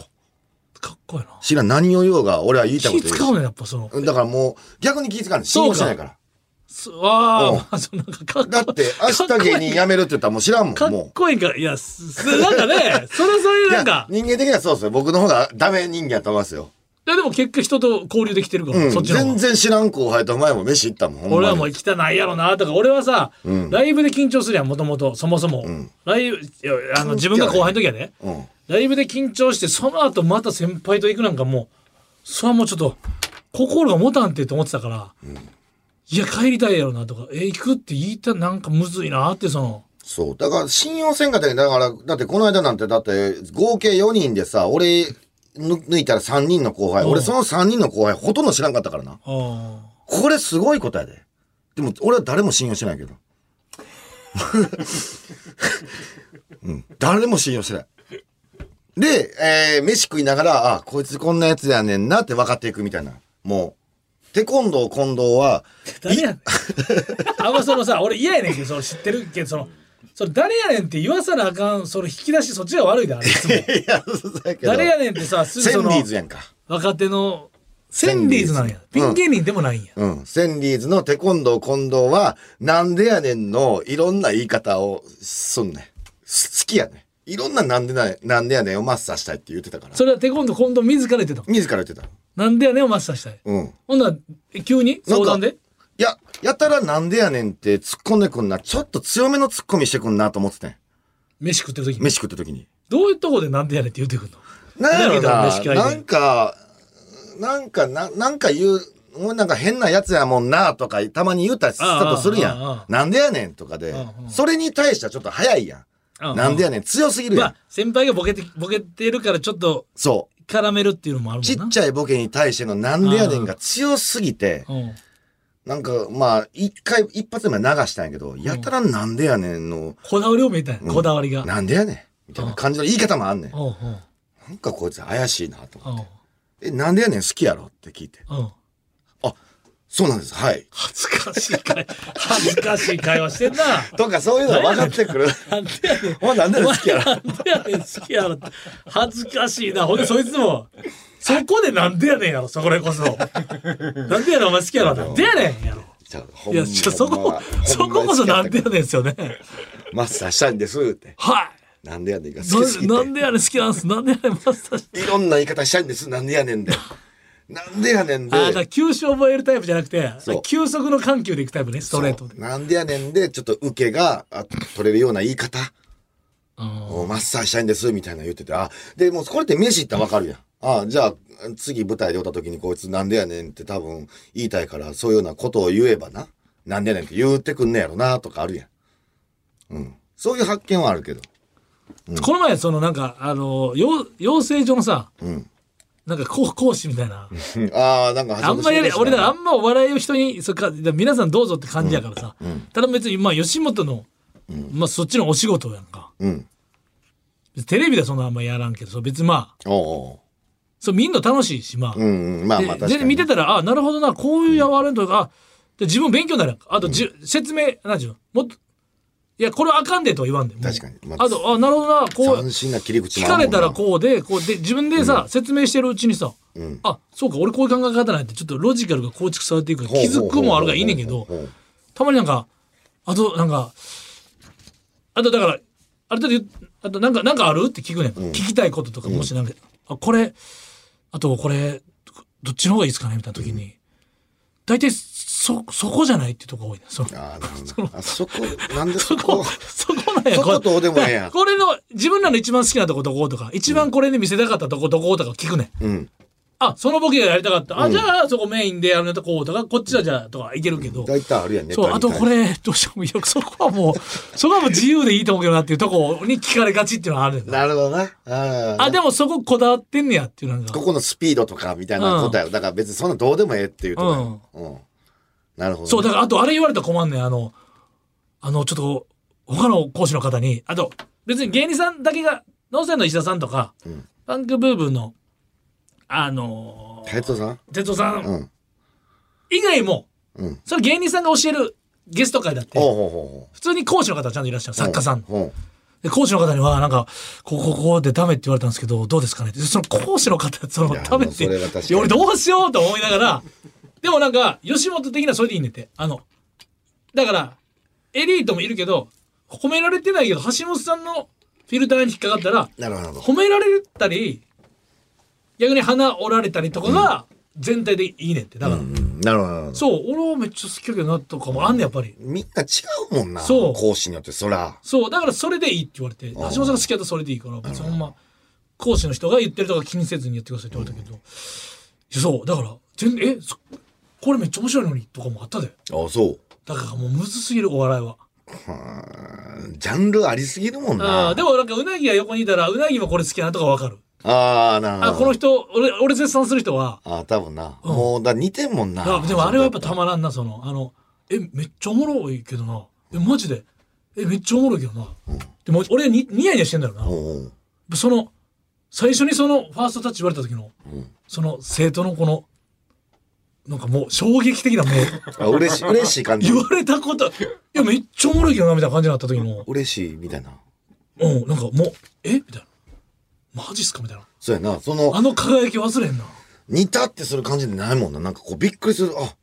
[SPEAKER 3] かっこいいな
[SPEAKER 4] 知らん何を言おうが俺は言いたいこ
[SPEAKER 3] 気
[SPEAKER 4] と言う
[SPEAKER 3] 使うねやっぱその
[SPEAKER 4] うんだからもう逆に気使うね信用してないから
[SPEAKER 3] すわあ、
[SPEAKER 4] うん
[SPEAKER 3] ま [laughs] あ、そのなんかかっこ
[SPEAKER 4] だって明日芸人辞めるって言ったらもう知らんも
[SPEAKER 3] か
[SPEAKER 4] ん
[SPEAKER 3] っ
[SPEAKER 4] も
[SPEAKER 3] こ
[SPEAKER 4] う
[SPEAKER 3] いいかっこいいからいやすすなんかねそれそれ
[SPEAKER 4] い
[SPEAKER 3] な
[SPEAKER 4] や
[SPEAKER 3] んかいや
[SPEAKER 4] 人間的にはそうですよ僕の方がダメ人間やと思いますよ、
[SPEAKER 3] でも結果人と交流できてるから、
[SPEAKER 4] うん、
[SPEAKER 3] そっちの方
[SPEAKER 4] 全
[SPEAKER 3] が
[SPEAKER 4] 然知らん後輩と前も飯行ったもんほんまに
[SPEAKER 3] 俺はもう行きたないやろなとか俺はさ、
[SPEAKER 4] ん
[SPEAKER 3] ライブで緊張するやんもともとそもそも、
[SPEAKER 4] ん
[SPEAKER 3] ライブいやあの自分が後輩の時はね
[SPEAKER 4] うん
[SPEAKER 3] ライブで緊張してその後また先輩と行くなんかもうそれはもうちょっと心が持たんってって思ってたから、いや帰りたいやろなとかえ行くって言いたなんかむずいなってその
[SPEAKER 4] そうだから信用せんかったけどだからだってこの間なんてだって合計4人でさ俺ぬ抜いたら3人の後輩
[SPEAKER 3] うん
[SPEAKER 4] 俺その3人の後輩ほとんど知らんかったからな
[SPEAKER 3] ああ
[SPEAKER 4] これすごいことやで。でも俺は誰も信用してないけど。 [laughs] うん、誰も信用してない。で、えー飯食いながら、あ、こいつこんなやつやねんなって分かっていくみたいな。もう、テコンドー近藤は、
[SPEAKER 3] 誰やねん [laughs] あんまそのさ俺嫌やねんけどその知ってるけどそのそれ誰やねんって言わさなあかんその引き出しそっちが悪いだあれいつ
[SPEAKER 4] [laughs]
[SPEAKER 3] も
[SPEAKER 4] いや、嘘だけど、
[SPEAKER 3] 誰やねんってさすぐ
[SPEAKER 4] セ
[SPEAKER 3] そ
[SPEAKER 4] ン
[SPEAKER 3] の
[SPEAKER 4] ディーズやんか。
[SPEAKER 3] 若手のセンディーズなんやピン芸人でもないんや、
[SPEAKER 4] うん。センディーズのテコンドー近藤は、なんでやねんのいろんな言い方をすんねん。す好きやねいろんななんでない、なんでやねんをマスターしたいって言ってたから。
[SPEAKER 3] それはテコンドー近藤自ら言ってたの
[SPEAKER 4] 自ら言ってた。
[SPEAKER 3] なんでやねんをマスターしたい、
[SPEAKER 4] うん。
[SPEAKER 3] ほんならえ急に相談
[SPEAKER 4] なん
[SPEAKER 3] で
[SPEAKER 4] かいや、やたらなんでやねんって突っ込んでくんな。ちょっと強めの突っ込みしてくんなと思ってたんや
[SPEAKER 3] 飯食ってる時に
[SPEAKER 4] 飯食った時に。
[SPEAKER 3] どういうとこでなんでやねんって言ってくんの
[SPEAKER 4] なんやろ
[SPEAKER 3] だけど飯嫌
[SPEAKER 4] な。
[SPEAKER 3] いで
[SPEAKER 4] なんか、なんか、ななんか言う、もうなんか変なやつやもんなとか、たまに言うたりしたとするや
[SPEAKER 3] あああああ
[SPEAKER 4] ん
[SPEAKER 3] あ。
[SPEAKER 4] なんでやねんとかで
[SPEAKER 3] うんう、ん
[SPEAKER 4] それに対してはちょっと早いや。
[SPEAKER 3] うんうんん
[SPEAKER 4] なんでやねん、強すぎる
[SPEAKER 3] ま
[SPEAKER 4] やん
[SPEAKER 3] あ。先輩がボケてボケてるからちょっと
[SPEAKER 4] そ
[SPEAKER 3] 絡めるっていうのもある
[SPEAKER 4] う。
[SPEAKER 3] も
[SPEAKER 4] ち
[SPEAKER 3] んな
[SPEAKER 4] っちゃいボケに対してのなんでやねんが強すぎて、
[SPEAKER 3] うん
[SPEAKER 4] なんかまあ、一回、一発目流したんやけど、やたらなんでやねんの、
[SPEAKER 3] こだわりを見たいなこだわりが、うん
[SPEAKER 4] なんでやねんみたいな感じの言い方もあんねん。
[SPEAKER 3] うんうん
[SPEAKER 4] なんかこいつ怪しいなと
[SPEAKER 3] う
[SPEAKER 4] 思っ
[SPEAKER 3] ん
[SPEAKER 4] て。え、なんでやねん好きやろって聞いて。
[SPEAKER 3] うん
[SPEAKER 4] そうなんです。はい。
[SPEAKER 3] 恥ずかしい会恥ずかしい会話してんな
[SPEAKER 4] とかそういうの分かってくる。
[SPEAKER 3] [laughs] なんでやねん
[SPEAKER 4] [laughs] お前なんで好きやろ
[SPEAKER 3] なんでやねん好きやろって恥ずかしいなほんでそいつもそこでなんでやねんやろそこでこそなんでやねんお前好きやろなんでやねんやろ
[SPEAKER 4] じゃあほん
[SPEAKER 3] [laughs] い
[SPEAKER 4] ま
[SPEAKER 3] やちょそ
[SPEAKER 4] ほん
[SPEAKER 3] こ
[SPEAKER 4] まほんま
[SPEAKER 3] そここそなんでや
[SPEAKER 4] 好きやったか
[SPEAKER 3] ねんですよね
[SPEAKER 4] らマスターしたいんですって。
[SPEAKER 3] は
[SPEAKER 4] なんでやねんが好
[SPEAKER 3] い
[SPEAKER 4] きすぎ
[SPEAKER 3] な
[SPEAKER 4] て
[SPEAKER 3] なんでやねん好きなんですなんでやねんマスターして
[SPEAKER 4] いろんな言い方したいんです。なんでやねんで。なんでやねんで
[SPEAKER 3] あ。ーだから球種覚えるタイプじゃなくて
[SPEAKER 4] そう
[SPEAKER 3] 球速の緩急でいくタイプねストレートで
[SPEAKER 4] そうなんでやねんで、ちょっと受けがあ取れるような言い方
[SPEAKER 3] うん
[SPEAKER 4] をマスターしたいんです、みたいな言ってて。あ、で、もうこれって飯行ったらわかるやん。あ、じゃあ、次舞台でおった時にこいつなんでやねんって多分言いたいから、そういうようなことを言えばな。なんでやねんって言ってくんねやろな、とかあるやん。うん。そういう発見はあるけど。
[SPEAKER 3] この前そのなんかあの養養成所のさ
[SPEAKER 4] うん。
[SPEAKER 3] なんか講講師みたいな
[SPEAKER 4] うんああ、なんか
[SPEAKER 3] あんまやり俺だからあ
[SPEAKER 4] ら
[SPEAKER 3] んまお笑いを人にそっかだから皆さんどうぞって感じやからさ、ただ別にまあ吉本の、まあそっちのお仕事やんか
[SPEAKER 4] うん。
[SPEAKER 3] テレビではそんなあんまやらんけどそう別にまあ
[SPEAKER 4] おうおう
[SPEAKER 3] そう見んの楽しいしまあ、
[SPEAKER 4] うんうん。まあ
[SPEAKER 3] で
[SPEAKER 4] まあ確か
[SPEAKER 3] 全
[SPEAKER 4] に。
[SPEAKER 3] 然見てたらあなるほどなこういうやわれんとか、あで自分勉強になるやんかあとじゅ、説明何ていうのもっといやこれあかんでとは言わんでもう
[SPEAKER 4] 確かにまあ
[SPEAKER 3] あとあなるほどなこう
[SPEAKER 4] 斬新な切り口
[SPEAKER 3] 聞
[SPEAKER 4] もあ
[SPEAKER 3] か
[SPEAKER 4] るも
[SPEAKER 3] れ
[SPEAKER 4] んな
[SPEAKER 3] たらこうでこうで自分でさ、説明してるうちにさ、
[SPEAKER 4] ん
[SPEAKER 3] あそうか俺こういう考え方なんてちょっとロジカルが構築されていくから
[SPEAKER 4] ほうほ
[SPEAKER 3] 気
[SPEAKER 4] うほう
[SPEAKER 3] づくもあるからいいねんけど
[SPEAKER 4] ほうほう
[SPEAKER 3] たまになんかあとなんかあとだからある程度言うあとなんかなんかあるって聞くねん、聞きたいこととかもしなんか、あこれあとこれどっちの方がいいですかねみたいな時に、大体そそこじゃないっていうとこ多いねその
[SPEAKER 4] あーなるほどあそこなんでそ
[SPEAKER 3] そこ
[SPEAKER 4] こ、
[SPEAKER 3] そこなんや。
[SPEAKER 4] そこどうでもええやん
[SPEAKER 3] これの、自分らの一番好きなとこどことか、一番これに見せたかったとこどことか聞くねん。
[SPEAKER 4] うん
[SPEAKER 3] あ、そのボケがやりたかった。あ、じゃあ、そこメインでやるのとこうとか、こっちはじゃあ、とかいけるけど。
[SPEAKER 4] 大体あるやんね
[SPEAKER 3] そう、あとこれ、どうしてもいいよ。そこはもう、そこはもう自由でいいと思うけどなっていうとこに聞かれがちっていうのはあるねんな
[SPEAKER 4] なるほどなあ
[SPEAKER 3] あ、
[SPEAKER 4] あ
[SPEAKER 3] でもそここだわってんねやっていうのが
[SPEAKER 4] こ。このスピードとかみたいなことやよだから別にそんなどうでもええっていうとこやうんなるほど
[SPEAKER 3] そう、だ
[SPEAKER 4] か
[SPEAKER 3] から、あと、あれ言われたら困んねん。あの、あの、ちょっと、他の講師の方に、あと、別に芸人さんだけが、農政の石田さんとか、
[SPEAKER 4] ん
[SPEAKER 3] パンクブーブーの、あのー、
[SPEAKER 4] ら哲夫さん
[SPEAKER 3] 哲夫さ
[SPEAKER 4] うんん
[SPEAKER 3] 以外も、
[SPEAKER 4] うん
[SPEAKER 3] それ芸人さんが教えるゲスト会だって、
[SPEAKER 4] ほうほうほうほう
[SPEAKER 3] 普通に講師の方ちゃんといらっしゃる、作家さん。
[SPEAKER 4] ほ
[SPEAKER 3] で、講師の方には、なんか、こう、こう、こうでダメって言われたんですけど、どうですかねって。その講師の方、その
[SPEAKER 4] や
[SPEAKER 3] ダメっ
[SPEAKER 4] そ
[SPEAKER 3] て、
[SPEAKER 4] れは確かに
[SPEAKER 3] いや俺どうしようと思いながら、でもなんか、吉本的にはそれでいいねんって。あの、だから、エリートもいるけど、褒められてないけど、橋本さんのフィルターに引っかかったら、
[SPEAKER 4] うなるほど
[SPEAKER 3] 褒められたり、逆に鼻折られたりとかが、全体でいいねんって。だから、
[SPEAKER 4] うんなるほどなるほど
[SPEAKER 3] そう、俺はめっちゃ好きやけどなとかもあんねん、やっぱり。
[SPEAKER 4] みんな違うもんな
[SPEAKER 3] そう
[SPEAKER 4] 講師によってそら
[SPEAKER 3] そう、だからそれでいいって言われて、橋本さんが好きだったらそれでいいから、別にほんま、講師の人が言ってるとか気にせずにやってくださいって言われたけど、いやそう、だから、全然、え、そこれめっちゃ面白いのにとかもあったで。
[SPEAKER 4] あそう
[SPEAKER 3] だからもうむずすぎるお笑いは。
[SPEAKER 4] うんジャンルありすぎるもん
[SPEAKER 3] あ
[SPEAKER 4] な
[SPEAKER 3] あ、でもなんかうなぎが横にいたら、うなぎもこれ好きやなとかわかる。
[SPEAKER 4] ああなるほど
[SPEAKER 3] あ、この人、俺、俺絶賛する人は、
[SPEAKER 4] あ多分なもうだ似てんもん
[SPEAKER 3] だ
[SPEAKER 4] な
[SPEAKER 3] でもあれはやっぱたまらんな、その、あの、え、めっちゃおもろいけどな。え、マジで。え、めっちゃおもろいけどな。でも俺にニヤニヤしてんだろうな。
[SPEAKER 4] うんうん
[SPEAKER 3] その最初にそのファーストタッチ言われた時の、その生徒のこのなんかもう衝撃的な [laughs] もう
[SPEAKER 4] あ嬉しい嬉しい感じ
[SPEAKER 3] [laughs] 言われたこといやめっちゃおもろいけどなみたいな感じになった時の
[SPEAKER 4] 嬉しいみたいな
[SPEAKER 3] うんなんかもうえみたいなマジっすかみたいな
[SPEAKER 4] そうやなその
[SPEAKER 3] あの輝き忘れへんな
[SPEAKER 4] 似たってする感じでないもんななんかこうびっくりするあ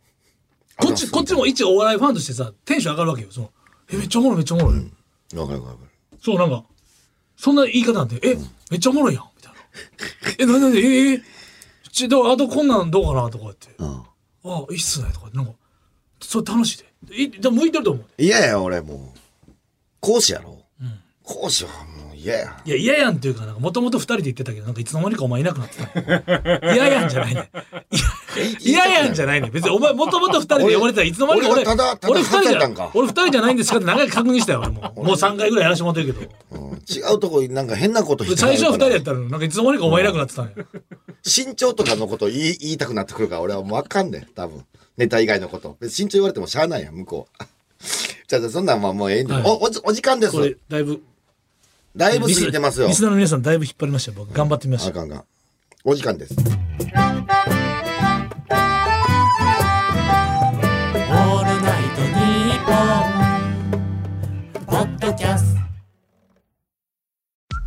[SPEAKER 3] こっちこっちも一お笑いファンとしてさテンション上がるわけよそのえめっちゃおもろいめっちゃおもろい、
[SPEAKER 4] わかるわかる
[SPEAKER 3] そうなんかそんな言い方なんで、え、めっちゃおもろいやん、みたいな。え、なんで、え、え、ちだからあとこんなんどうかなとか言って、
[SPEAKER 4] うん。
[SPEAKER 3] ああ、いいっすね、とか言って、なんか、それ楽しいで。え、でも向いてると思う。
[SPEAKER 4] 嫌や俺もう。講師やろ。講師はもう嫌や。
[SPEAKER 3] いや、嫌やんっていうか、なんか、もともと二人で言ってたけど、なんか、いつの間にかお前いなくなって
[SPEAKER 4] [laughs]
[SPEAKER 3] た。嫌やんじゃないね。いや [laughs] 嫌やんじゃないね。別に、お前、もともと二人で呼ばれてたらいつの間にか俺、
[SPEAKER 4] 俺がただただ
[SPEAKER 3] 俺二人じ
[SPEAKER 4] 外れた
[SPEAKER 3] ゃ
[SPEAKER 4] んか、
[SPEAKER 3] 俺二人じゃないんですかって長い確認したよ、俺も
[SPEAKER 4] [laughs]
[SPEAKER 3] う。もう三回ぐらいやらしてもらってるけ
[SPEAKER 4] うん違うとこになんか変なこと言
[SPEAKER 3] ど。
[SPEAKER 4] ってはる
[SPEAKER 3] 最初は二人やっ
[SPEAKER 4] か
[SPEAKER 3] たのに、なんか、いつの間にかお前いなくなってた
[SPEAKER 4] [laughs]
[SPEAKER 3] んや。
[SPEAKER 4] ら身長とかのこと言い言いたくなってくるから俺はもうあかんねん多分ネタ以外のこと別に身長言われてもしゃあないやん向こう [laughs] じゃあそんなんまあもうええねん、
[SPEAKER 3] はい
[SPEAKER 4] おおじお時間です
[SPEAKER 3] これ、だいぶ、
[SPEAKER 4] だいぶ過ぎてますよ
[SPEAKER 3] リスナーの皆さん、だいぶ引っ張りましたよ。僕頑張ってみまし
[SPEAKER 4] あ
[SPEAKER 3] た。
[SPEAKER 4] かんあかんお時間です
[SPEAKER 2] オールナイトニッポン」ポッドキャスト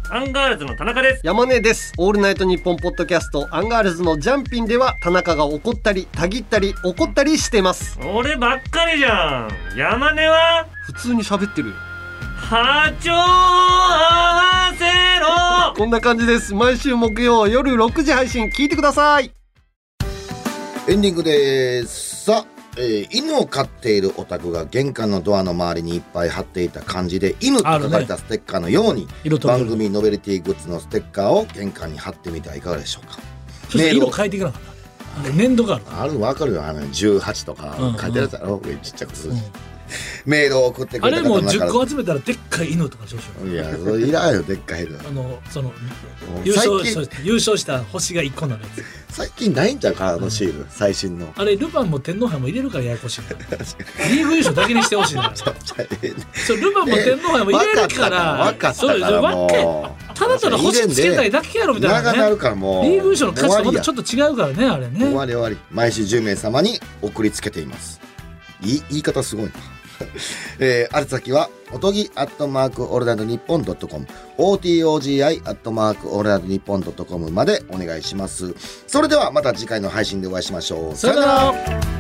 [SPEAKER 5] アンガールズの田中です。
[SPEAKER 6] 山根です。オールナイトニッポンポッドキャストアンガールズのジャンピンでは田中が怒ったり、たぎったり、怒ったりしてます。
[SPEAKER 5] 俺ばっかりじゃん。山根は
[SPEAKER 6] 普通に喋ってるよ。
[SPEAKER 5] 波長を合わせろ
[SPEAKER 6] こんな感じです。毎週木曜夜6時配信聞いてください。
[SPEAKER 4] エンディングです。さあ、えー犬を飼っているオタクが玄関のドアの周りにいっぱい貼っていた漢字で「犬」と書かれたステッカーのように、
[SPEAKER 3] 色と
[SPEAKER 4] 番組ノベルティグッズのステッカーを玄関に貼ってみてはいかがでしょうか
[SPEAKER 3] そして色変えていかなかった。なんか粘土があるから。
[SPEAKER 4] あるわかるよあの18とか
[SPEAKER 3] うん
[SPEAKER 4] 書いてるやつだろ、上にちっちゃくする、
[SPEAKER 3] うん
[SPEAKER 4] メールを送ってく
[SPEAKER 3] あ
[SPEAKER 4] れた
[SPEAKER 3] れ
[SPEAKER 4] 方
[SPEAKER 3] もう
[SPEAKER 4] の中
[SPEAKER 3] 10
[SPEAKER 4] か
[SPEAKER 3] 個集めたらでっかい犬とかにしましょう
[SPEAKER 4] らいやそれいらんよでっか
[SPEAKER 3] [laughs]
[SPEAKER 4] いの
[SPEAKER 3] あのその
[SPEAKER 4] う
[SPEAKER 3] 優勝
[SPEAKER 4] 最近
[SPEAKER 3] そう優勝した星が一個なのやつ
[SPEAKER 4] 最近ないんちゃうかあのシール、最新の
[SPEAKER 3] あれルパンも天皇杯も入れるからややこしいからリーグ優勝だけにしてほし
[SPEAKER 4] [laughs]
[SPEAKER 3] いなそうルパンも天皇杯も入れるから
[SPEAKER 4] 分かった
[SPEAKER 3] そう
[SPEAKER 4] から
[SPEAKER 3] そう若い
[SPEAKER 4] もう
[SPEAKER 3] ただただ星つけたいだけやろみたい
[SPEAKER 4] 長な
[SPEAKER 3] な
[SPEAKER 4] る
[SPEAKER 3] ね
[SPEAKER 4] からもう
[SPEAKER 3] リーグ優勝の価値とまたちょ
[SPEAKER 4] っ
[SPEAKER 3] っと違うからねあれ
[SPEAKER 4] 終
[SPEAKER 3] ね
[SPEAKER 4] わり終わり毎週10名様に送りつけていますい言い方すごいな [laughs] えー、ある先はおとぎアットマークオールナイトニッポンドットコム OTOGI アットマークオールナイトニッポンドットコムまでお願いしますそれではまた次回の配信でお会いしましょう
[SPEAKER 3] さよなら